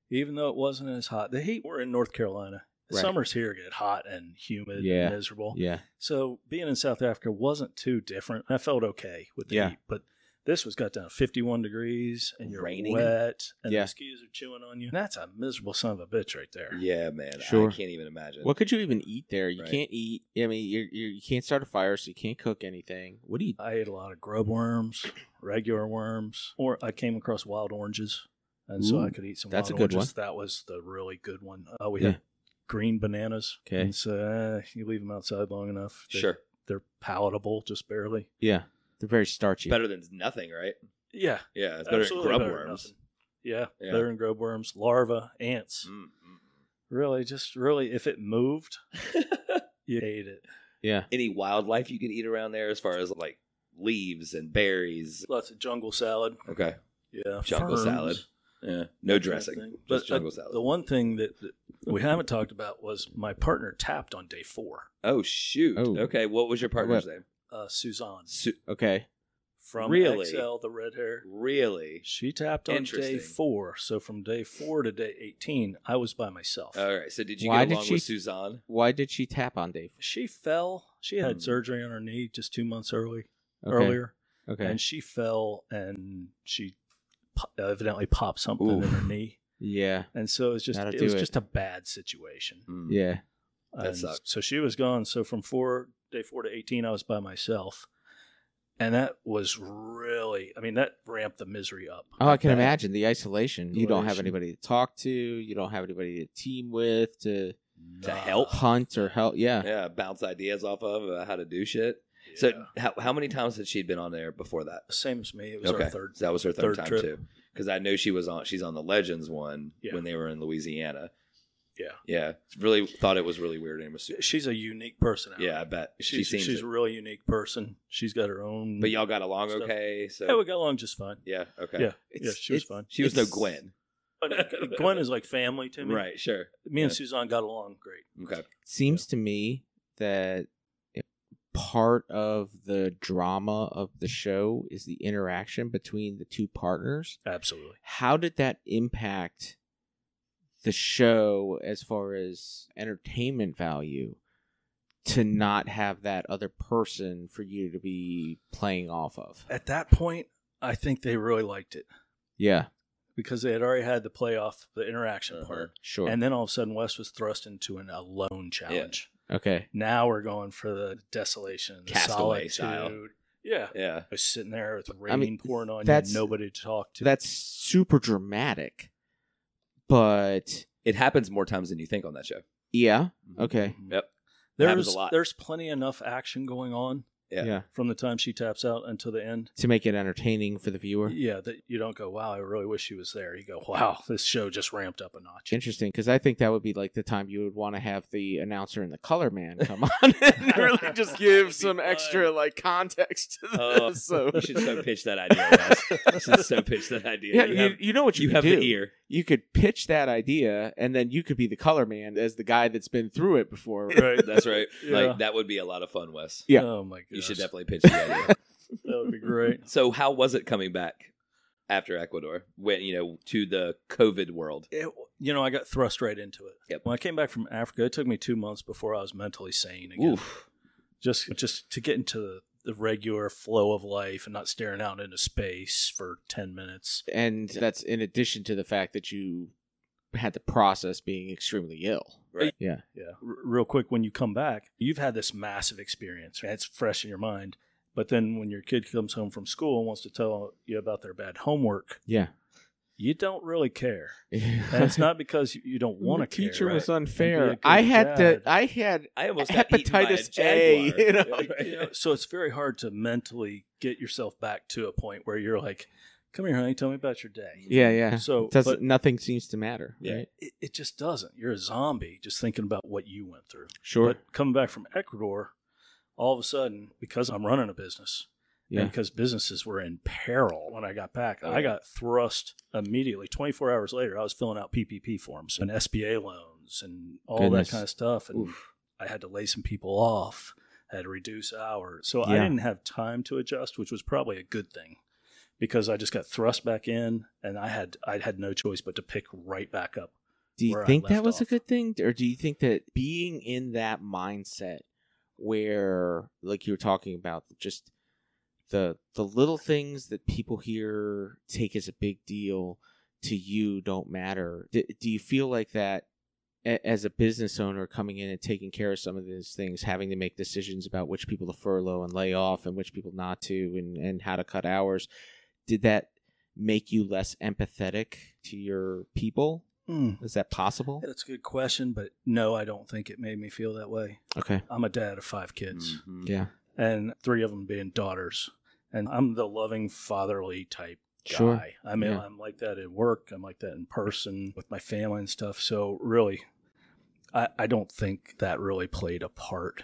even though it wasn't as hot. The heat we're in North Carolina. The
Right.
Summers here get hot and humid
Yeah.
and miserable.
Yeah,
So being in South Africa wasn't too different. I felt okay with the
Yeah.
heat, but this was got down to 51 degrees and you're
Raining.
wet and
Yeah.
the mosquitoes are chewing on you. That's a miserable son of a bitch right there.
Yeah, man.
Sure.
I can't even imagine.
what could you even eat there? You
Right.
can't eat. I mean, you're, you're, you can't start a fire, so you can't cook anything. What do you?
I ate a lot of grub worms, regular worms, or I came across wild oranges, and so I
Ooh,
could eat some.
that's
wild
a good
oranges. That was the really good one. Uh, we
Yeah.
had green bananas.
Okay.
and so uh, you leave them outside long enough, they-
Sure.
they're palatable just barely.
Yeah, they're very starchy.
Better than nothing, right?
Yeah,
Yeah, it's better than grub worms.
Yeah,
Yeah.
better than grub worms, larvae, ants.
Mm,
Really, just really, if it moved,
mm, mm.
you ate it.
Yeah,
Any wildlife you could eat around there as far as like leaves and berries.
Lots of jungle salad.
Okay.
Yeah,
Jungle
ferns,
salad. Yeah. No dressing.
Thing.
Just
But uh,
jungle salad.
the one thing that, that we haven't talked about was my partner tapped on day four.
Oh shoot.
Oh.
Okay. What was your partner's name?
Uh, Suzanne
Su-
okay.
from
Really?
XL, the red hair.
Really?
She tapped on day
Interesting.
four. So from day four to day 18, I was by myself.
All right. So did you
Why
get
did
along
she-
with Suzanne?
Why did she tap on Dave?
she fell. She had
Hmm.
surgery on her knee just two months early,
Okay.
earlier,
Okay.
and she fell and she po- evidently popped something in her
Oof.
knee,
yeah.
and so it was just
That'll
it was
do it.
just a bad situation.
Mm.
Yeah.
That
And
sucks.
So she was gone. So from four day four to eighteen, I was by myself, and that was really. I mean, that ramped the misery up.
Oh, I can
That-
imagine the isolation. You don't have
Isolation.
anybody to talk to. You don't have anybody to team with to
To help.
hunt or help. Yeah.
Yeah. Bounce ideas off of about how to do shit.
Yeah.
So how, how many times had she been on there before that?
same as me. It was
okay,
our third.
so that was her third,
third
time
trip.
too. Because I know she was on. She's on the Legends one
Yeah.
when they were in Louisiana.
Yeah.
yeah. Really thought it was really weird and it was.
She's a unique personality.
Yeah, I bet
she's
she seems.
she's
it.
a really unique person. She's got her own.
But y'all got along
Stuff.
okay? So
yeah, we got along just fine.
yeah, okay.
Yeah, yeah, she was
it's-
fine.
She was no
it's-
Gwen,
But Gwen is like family to me.
right? Sure.
Me and
Yeah.
Suzanne got along great.
Okay.
seems to me that it- part of the drama of the show is the interaction between the two partners.
Absolutely.
How did that impact the show as far as entertainment value to not have that other person for you to be playing off of?
At that point, I think they really liked it
Yeah,
because they had already had the playoff, the interaction
Uh-huh.
part.
sure.
And then all of a sudden, Wes was thrust into an alone challenge.
okay.
Now we're going for the desolation, the
Castaway
solitude.
style.
Yeah.
Yeah.
I was sitting there with rain
I mean,
pouring on you,
that's-
nobody to talk to.
That's super dramatic, but
It happens more times than you think on that show.
yeah, okay.
Mhm.
Yep. That happens
There's,
a lot.
there's plenty enough action going on
Yeah.
yeah.
from the time she taps out until the end.
To make it entertaining for the viewer.
Yeah, that you don't go, wow, I really wish he was there. You go, wow, this show just ramped up a notch.
Interesting, because I think that would be like the time you would want to have the announcer and the color man come on and really just give some extra like context to
Oh,
this. so
You should so pitch that idea. Wes. You should so pitch that idea.
yeah,
you
you,
have,
you know what you,
you
could
have
do.
the ear.
You could pitch that idea, and then you could be the color man as the guy that's been through it before.
Right.
That's right.
Yeah.
Like that would be a lot of fun, Wes.
Yeah.
Oh my god.
You should definitely pitch the idea.
That would be great.
So how was it coming back after Ecuador? When you know to the COVID world.
It, you know, I got thrust right into it.
Yep.
When I came back from Africa, it took me two months before I was mentally sane again.
Oof.
Just just to get into the, the regular flow of life and not staring out into space for ten minutes.
And that's in addition to the fact that you had to process being extremely ill.
Right.
Yeah.
Yeah. R- real quick, when you come back, you've had this massive experience. And it's fresh in your mind. But then when your kid comes home from school and wants to tell you about their bad homework,
Yeah.
you don't really care. And it's not because you- you don't want
My
to care.
teacher was
right? And be
unfair.
a good
I had to.
dad.
I had
I almost got eaten by
hepatitis
a.
A.
jaguar.
You know.
You know, so it's very hard to mentally get yourself back to a point where you're like, "Come here, honey, tell me about your day."
Yeah, yeah.
So,
Does
but
nothing seems to matter,
Yeah.
right?
it, it just doesn't. You're a zombie just thinking about what you went through.
Sure.
But coming back from Ecuador, all of a sudden, because I'm running a business
Yeah.
and because businesses were in peril when I got back,
Oh, yeah.
I got thrust immediately. 24 hours later, I was filling out PPP forms and SBA loans and all
Goodness.
that kind of stuff. And
Oof.
I had to lay some people off, I had to reduce hours. So I
Yeah.
didn't have time to adjust, which was probably a good thing because I just got thrust back in and I had I had no choice but to pick right back up.
do you
where I
think that
left
was a
off.
good thing or do you think that being in that mindset where like you were talking about just the the little things that people here take as a big deal to you don't matter D- do you feel like that a- as a business owner coming in and taking care of some of these things having to make decisions about which people to furlough and lay off and which people not to and and how to cut hours did that make you less empathetic to your people
Hmm.
is that possible?
That's a good question, but no, I don't think it made me feel that way.
Okay.
I'm a dad of five
Mm.
kids,
Mhm.
Yeah.
and three of them being daughters. And I'm the loving, fatherly type guy.
Sure.
I mean,
Yeah.
I'm like that at work. I'm like that in person with my family and stuff. So really, I, I don't think that really played a part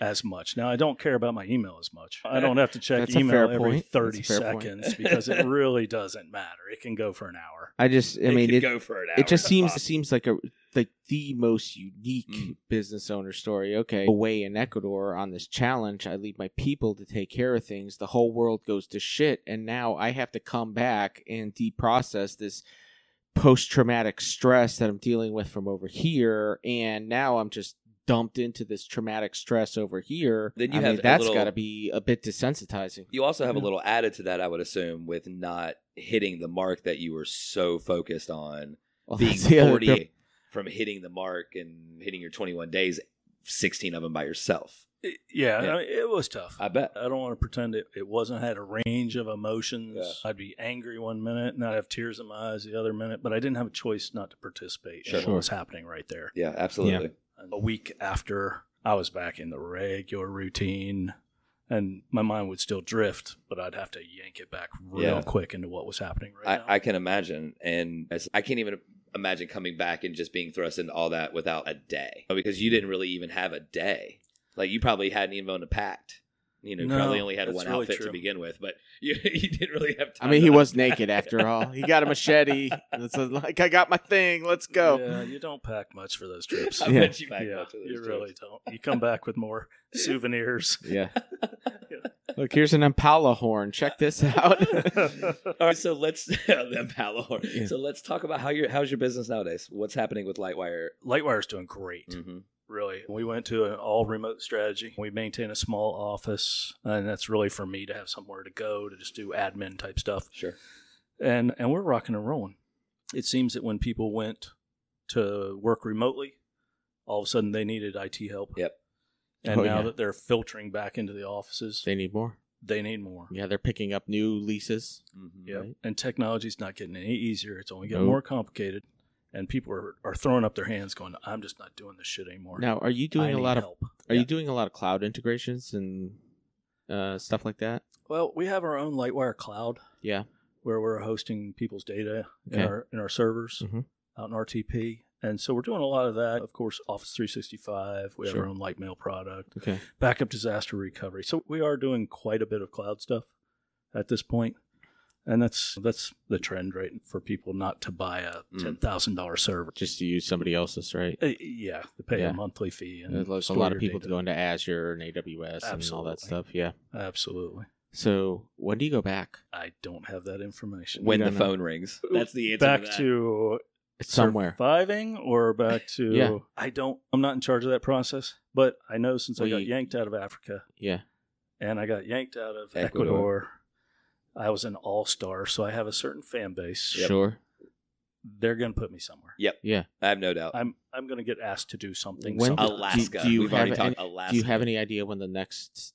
as much. Now I don't care about my email as much. I don't have to check
That's a
email
fair
every
point.
thirty
That's a fair point.
seconds because it really doesn't matter. It can go for an hour.
I just, I
it
mean,
could
it,
go for an hour.
it just
That's
seems
fine.
it seems like a like the most unique
Mm.
business owner story. Okay, away in Ecuador on this challenge, I leave my people to take care of things. The whole world goes to shit, and now I have to come back and deprocess this post traumatic stress that I'm dealing with from over here, and now I'm just dumped into this traumatic stress over here.
Then you
I
have
mean,
a
that's
little-
got to be a bit desensitizing.
You also have
Mm-hmm.
a
Yeah.
little added to that, I would assume, with not hitting the mark that you were so focused on
Well,
being
that's the other
40
diff-
from hitting the mark and hitting your 21 days, 16 of them by yourself.
It- yeah,
Yeah.
I mean, it was tough.
I bet.
I don't want to pretend it, it wasn't. I had a range of emotions.
Yeah.
I'd be angry one minute and I'd have tears in my eyes the other minute, but I didn't have a choice not to participate
Sure.
in what was happening right there.
Yeah, absolutely.
A week after I was back in the regular routine and my mind would still drift, but I'd have to yank it back real
Yeah.
quick into what was happening right now.
I, I can imagine. And as, I can't even imagine coming back and just being thrust into all that without a day because you didn't really even have a day. Like you probably hadn't even packed. You know,
No,
probably only had
that's
one
really
outfit to
true.
begin with, but you, you didn't really have
I
time.
mean, he
to-
was naked after all. He got a machete. It's like I got my thing. Let's go.
Yeah, you don't pack much for those trips.
I
Yeah.
bet you back
yeah,
much of those
you
trips.
really don't. You come back with more souvenirs.
Yeah. Look, here's an Impala horn. Check this out.
All right, so let's them Palahor.
Yeah.
So let's talk about how your how's your business nowadays? What's happening with Lightwire?
Lightwire's doing great.
Mm-hmm.
really. We went to an all remote strategy. We maintain a small office, and that's really for me to have somewhere to go to just do admin type stuff.
Sure.
And and we're rocking and rolling. It seems that when people went to work remotely, all of a sudden they needed IT help.
Yep.
And
Oh,
now
yeah.
that they're filtering back into the offices,
they need more.
they need more.
Yeah, they're picking up new leases.
Yeah.
Right.
And technology's not getting any easier. It's only getting
Nope.
more complicated. And people are, are throwing up their hands going, I'm just not doing this shit anymore.
Now, are you
I
doing a
need
lot of
help.
are
yeah.
you doing a lot of cloud integrations and uh, stuff like that?
Well, we have our own Lightwire cloud.
Yeah.
Where we're hosting people's data
Okay.
in our in our servers
Mhm.
out in RTP. And so we're doing a lot of that. Of course, Office 365. We have
Sure.
our own Lightmail product,
Okay.
backup disaster recovery. So we are doing quite a bit of cloud stuff at this point, and that's that's the trend, right? For people not to buy a
Mm.
ten thousand dollar server.
Just to use somebody else's, right?
Uh, yeah, to pay
Yeah.
a monthly fee and
There's a
store
lot of
your
people
data.
going to Azure and AWS and all
Absolutely.
that stuff. Yeah.
Absolutely,
So when do you go back?
I don't have that information.
When
We
the
don't know.
phone rings, that's the answer.
back
to, that.
to
Somewhere.
surviving or back to
Yeah.
I don't I'm not in charge of that process, but I know since I
Well,
got
you-
yanked out of Africa
Yeah.
and I got yanked out of Ecuador,
Ecuador.
I was an all-star, so I have a certain fan base.
Sure.
They're going to put me somewhere.
Yeah.
I have no doubt.
I'm I'm going to get asked to do something
When-
sometime.
Alaska.
do you
We've already
have
talked
any-
Alaska.
Do you have any idea when the next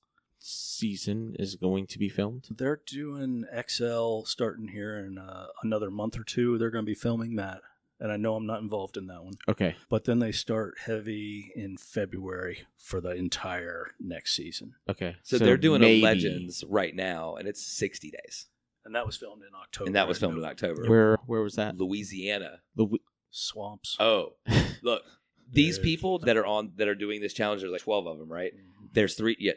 season is going to be filmed?
They're doing XL starting here in uh, another month or two. They're going to be filming that. And I know I'm not involved in that one.
Okay.
But then they start heavy in February for the entire next season.
Okay.
So, they're doing
maybe-
a Legends right now, and it's 60 days,
And that was filmed in October.
and that was filmed in
November.
October.
Where where was that?
Louisiana.
Lu-
swamps.
Oh, look, these
Yeah.
people that are on that are doing this challenge. There's like 12 of them, right? There's three, yeah,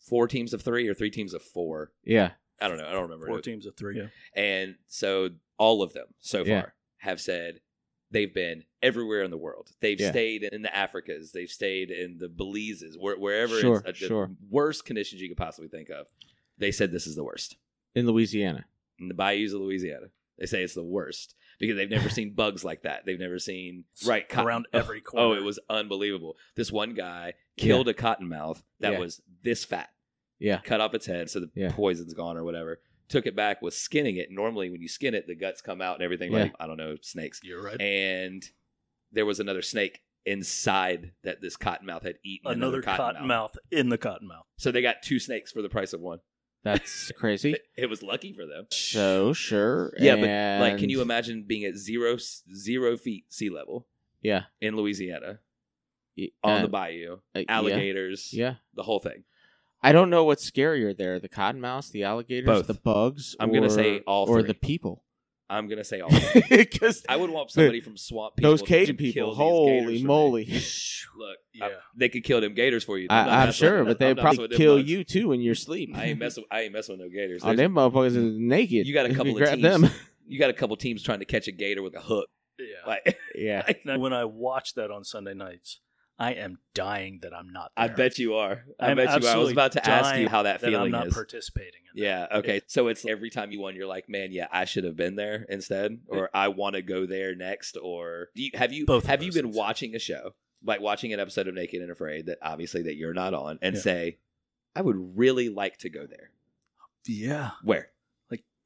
four teams of three or three teams of four.
yeah.
I don't know. I don't remember.
Four teams of three.
And so all of them so
Yeah.
far have said they've been everywhere in the world. They've
Yeah.
stayed in the Africas. They've stayed in the Belizes, where, wherever
Sure,
it's at the
sure.
worst conditions you could possibly think of. They said this is the worst.
In Louisiana.
In the bayous of Louisiana, they say it's the worst because they've never seen bugs like that. They've never seen right cotton-
Around every
Oh,
corner.
it was unbelievable. This one guy killed a cottonmouth that
Yeah.
was this fat
Yeah.
cut off its head so the
Yeah.
poison's gone or whatever. Took it back, was skinning it. Normally, when you skin it, the guts come out and everything
Yeah.
like, I don't know, snakes.
You're right.
And there was another snake inside that this cottonmouth had eaten.
Another, cottonmouth in the cottonmouth.
So they got two snakes for the price of one.
That's crazy.
It, it was lucky for them.
So sure.
Yeah, but like, can
and-
you imagine being at zero, s- zero feet sea level
Yeah.
in Louisiana
y-
on
uh,
the bayou,
uh, yeah,
alligators,
Yeah.
the whole thing?
I don't know what's scarier there: the cottonmouths, the alligators,
Both.
the bugs.
I'm gonna
or-
say all
or
three.
the people.
I'm gonna say all. of them.
because
I would want somebody from Swamp People.
those
to
Cajun
kill
people,
these gators
holy
for me.
moly.
Look,
Yeah.
I- they could kill them gators for you.
I,
not
I'm
messing-
sure, but
I'm
they'd
not
probably
messing with them
kill
bugs.
you too in your sleep.
I ain't messing. I ain't messing with no gators.
Oh,
There's-
them motherfuckers is naked.
You got a
If
couple of
grab
teams.
them.
You got a couple teams trying to catch a gator with a hook.
Yeah.
Like,
Yeah,
Now, when I watch that on Sunday nights, I am dying that I'm not. There.
I bet you are. I
I'm
bet you are. I was
absolutely
about to ask you
dying
how that
that I'm
feeling
not
is.
participating. In that.
Yeah. Okay. So it's every time you won, you're like, man, yeah, I should have been there instead, or I want to go there next, or do you, have you
Both of
have you
those
been
things.
watching a show like watching an episode of Naked and Afraid that obviously that you're not on, and
Yeah.
say, I would really like to go there.
Yeah.
Where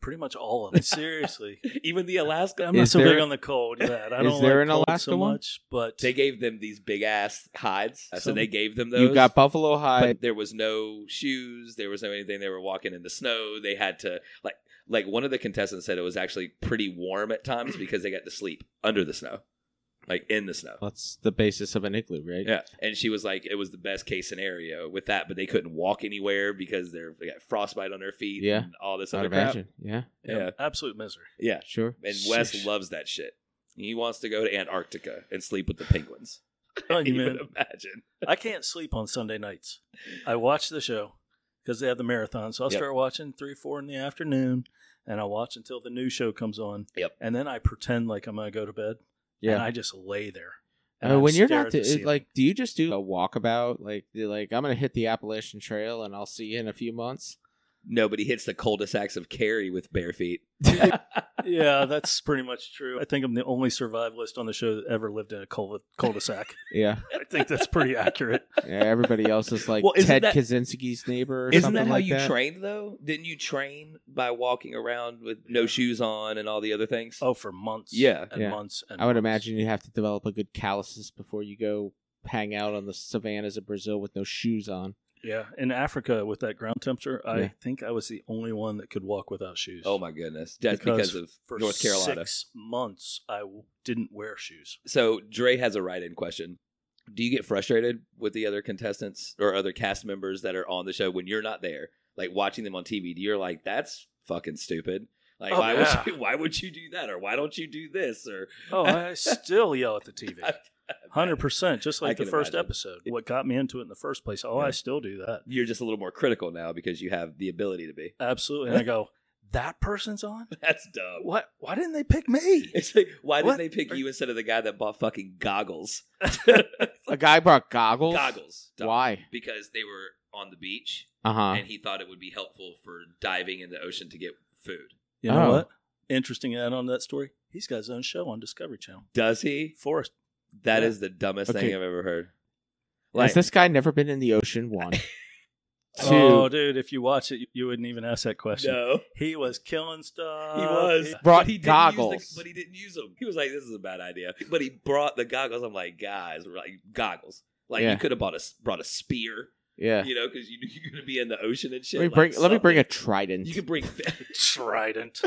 Pretty much all of them. Seriously.
even the Alaska,
I'm not
Is
so
there-
big on the cold. That I
Is
don't
there an
like cold
Alaska
so
one?
much, but
they gave them these big ass hides, so
Some-
they gave them those.
you got buffalo hide.
but there was no shoes there was no anything they were walking in the snow they had to like like one of the contestants said it was actually pretty warm at times because they got to sleep under the snow like in the snow
That's the basis of an igloo, right?
yeah and she was like it was the best case scenario with that but they couldn't walk anywhere because they're they got frostbite on their feet
Yeah.
and all this
I'd
other crap
imagine. Yeah,
yeah,
yeah.
absolute misery.
yeah
sure.
and wes
Sheesh.
loves that shit he wants to go to antarctica and sleep with the penguins
Telling
you
you, man,
would imagine
I can't sleep on Sunday nights. I watch the show because they have the marathon. So I'll
Yep.
start watching three, four in the afternoon, and I watch until the new show comes on.
Yep.
And then I pretend like I'm gonna go to bed. And
Yeah.
I just lay there.
I
and
mean,
I
when you're
stare
not
at the
the, it,
ceiling.
like, do you just do a walkabout? Like, do you like I'm gonna hit the Appalachian Trail, and I'll see you in a few months.
nobody hits the cul-de-sacs of kerry with bare feet
yeah, that's pretty much true. I think I'm the only survivalist on the show that ever lived in a cul- cul-de-sac.
Yeah,
I think that's pretty accurate.
yeah everybody else is like
Well, isn't
Ted
that-
Kaczynski's neighbor. Or
Isn't
something
that how
like
you
that.
trained though? Didn't you train by walking around with no shoes on and all the other things?
Oh, for months.
Yeah.
and
Yeah.
months. And
I would
months.
imagine you have to develop a good calluses before you go hang out on the savannas of Brazil with no shoes on.
Yeah, in Africa with that ground temperature, I
Yeah.
think I was the only one that could walk without shoes.
Oh my goodness. That's because,
Because
of
for
North Carolina.
Six months, I w- didn't wear shoes.
So Dre has a write in question. Do you get frustrated with the other contestants or other cast members that are on the show when you're not there? Like watching them on TV, do you're like, that's fucking stupid. Like
Oh,
why
yeah.
would you why would you do that? Or why don't you do this? Or
Oh, I still yell at the TV. Hundred percent, just
I
like the
can
first
imagine.
episode. What got me into it in the first place? Oh,
Yeah.
I still do that.
You're just a little more critical now because you have the ability to be.
Absolutely. And I go, that person's on.
That's dumb.
What? Why didn't they pick me?
It's like, why didn't
What?
they pick you instead of the guy that bought fucking goggles?
A guy brought goggles.
goggles. Doc.
Why?
Because they were on the beach
Uh huh.
and he thought it would be helpful for diving in the ocean to get food.
You know
Oh.
what? Interesting add on to that story. He's got his own show on Discovery Channel.
Does he?
Forrest.
That is
Yeah.
the dumbest
Okay.
thing I've ever heard.
Has this guy never been in the ocean? One, two.
Oh, dude, if you watch it, you- you wouldn't even ask that question.
no,
He was killing stuff.
Uh, he was
brought
he didn't use the-
goggles.
but he didn't use them. He was like, "This is a bad idea." But he brought the goggles. I'm like, guys, like goggles. Like
Yeah.
you could have bought a s- brought a spear,
yeah.
you know, because you, knew you're gonna be in the ocean and shit.
Let me
like
bring. Let me bring a
something.
trident.
You could bring
Trident.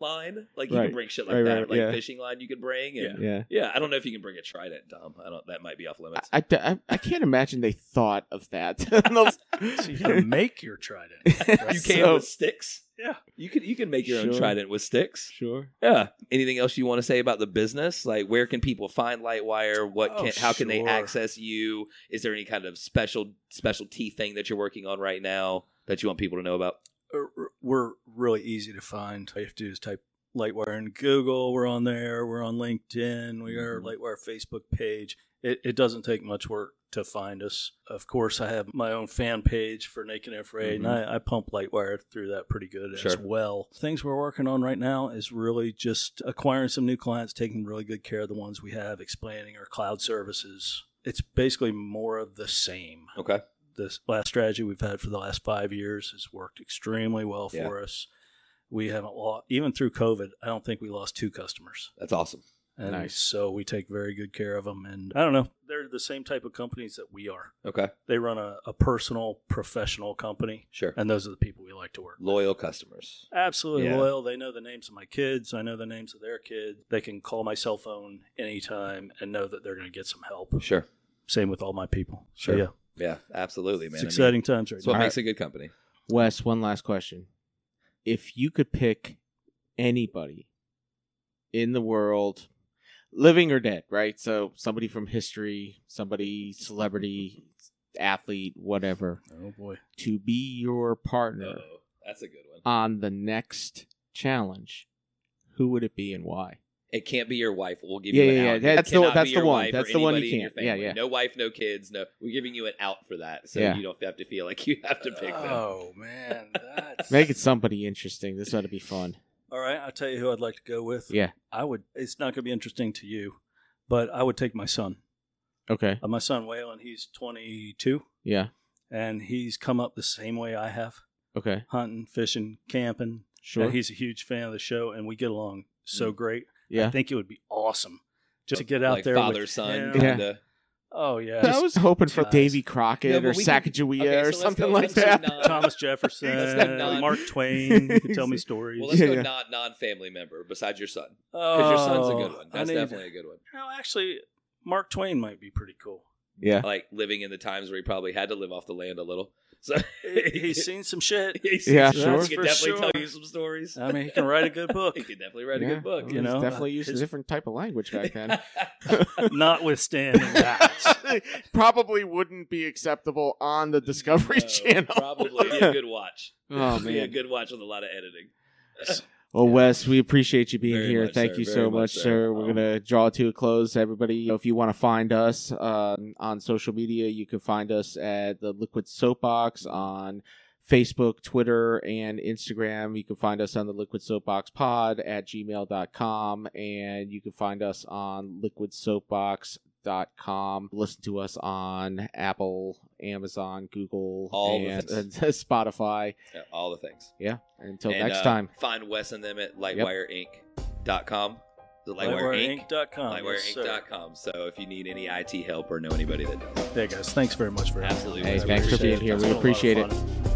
line. Like you
Right.
can bring shit like
Right,
that,
right,
like
yeah.
fishing line. You could bring. And, yeah.
yeah.
I don't know if you can bring a trident, Tom. I don't. That might be off limits.
I, I, I can't imagine they thought of that.
So you gotta make your trident.
you can
So-
with sticks.
Yeah.
you can. You can make your own
Sure.
trident with sticks.
sure.
Yeah. Anything else you want to say about the business? Like, where can people find Lightwire? What
Oh,
can? How can they
sure.
access you? Is there any kind of special specialty thing that you're working on right now that you want people to know about?
We're- uh, We're really easy to find. All you have to do is type Lightwire in Google. We're on there. We're on LinkedIn. We are
Mhm.
Lightwire Facebook page. It, it doesn't take much work to find us. Of course, I have my own fan page for Naked and Afraid, and I, I pump Lightwire through that pretty good as
Sure.
well. Things we're working on right now is really just acquiring some new clients, taking really good care of the ones we have, expanding our cloud services. It's basically more of the same
Okay.
this last strategy we've had for the last five years has worked extremely well
Yeah.
for us. We haven't lost, even through COVID, I don't think we lost two customers.
That's awesome.
And
Nice.
so we take very good care of them. And I don't know, they're the same type of companies that we are.
Okay.
They run a, a personal, professional company,
Sure.
and those are the people we like to work with.
Loyal customers.
Absolutely
Yeah.
loyal. They know the names of my kids. I know the names of their kids. They can call my cell phone anytime and know that they're going to get some help.
Sure.
Same with all my people. So,
Sure.
yeah,
Yeah. Absolutely, man.
it's
I mean,
exciting times right
It's what
now.
makes a good company.
Wes, one last question. If you could pick anybody in the world, living or dead, right? So somebody from history, somebody celebrity, athlete, whatever,
Oh boy.
to be your partner
Uh-oh. That's a good one.
on the next challenge. Who would it be and why?
It can't be your wife. We'll give
Yeah,
you an
yeah, yeah.
out. It
That's the-
cannot be
that's the
your
one.
wife or
That's the one you
anybody in your
can't. Yeah,
family.
yeah.
No wife, no kids. No, we're giving you an out for that, so
Yeah.
you don't have to feel like you have to pick them.
Oh man, that's
Make it somebody interesting. This ought to be fun.
All right, I'll tell you who I'd like to go with.
Yeah.
I would it's not gonna be interesting to you, but I would take my son.
Okay.
Uh, my son Waylon, he's twenty two
Yeah.
and he's come up the same way I have.
Okay.
Hunting, fishing, camping.
Sure. Mm.
And he's a huge fan of the show and we get along so great. I
Yeah.
think it would be awesome just to get out
like
there. with
father son
him.
Yeah.
kind of.
Oh yeah.
I was hoping for
Guys.
Davy Crockett
No, but
or
we can-
Sacagawea
Okay, so
or
let's
something
go-
like
let's go
that.
non-
Thomas Jefferson,
That's
like non-
Mark Twain. You could tell me stories.
Well, let's go
Yeah.
not non family member besides your son because your son's a good one.
Oh, I
That's
need-
definitely a good one.
No, actually, Mark Twain might be pretty cool.
Yeah.
Like living in the times where he probably had to live off the land a little. So
He's seen some shit.
He's-
Yeah,
he
sure.
could
For
definitely
sure.
tell you some stories.
I mean, he can write a good book.
Uh, He could definitely write a
Yeah.
good book.
Well,
you
he's
know?
definitely used
His-
a different type of language back then.
Notwithstanding that,
Probably wouldn't be acceptable on the Discovery
No,
Channel.
Probably be a good watch.
Oh,
be a
man.
good watch with a lot of editing.
Well, Wes, we appreciate you being
Very
here.
much,
Thank
sir.
you
Very
so
much,
much,
sir.
sir. We're
Um,
gonna draw to a close. Everybody, you know, if you want to find us uh, on social media, you can find us at the Liquid Soapbox on Facebook, Twitter, and Instagram. You can find us on the Liquid Soapbox Pod at gmail.com, and you can find us on Liquid Soapbox. Dot com. Listen to us on Apple, Amazon, Google,
All the
and,
things.
and Spotify.
Yeah, all the things.
Yeah. Until
And,
next
uh,
time.
Find Wes and them at lightwireinc.com. The Lightwire Inc.
lightwareinc.com. Yes, sir.
Lightwireinc.com. So if you need any IT help or know anybody that does.
Hey guys, thanks very much for having me.
Absolutely.
Hey,
I
thanks for
appreciate
being
it.
here.
It's
We
been a lot of
appreciate it.
fun.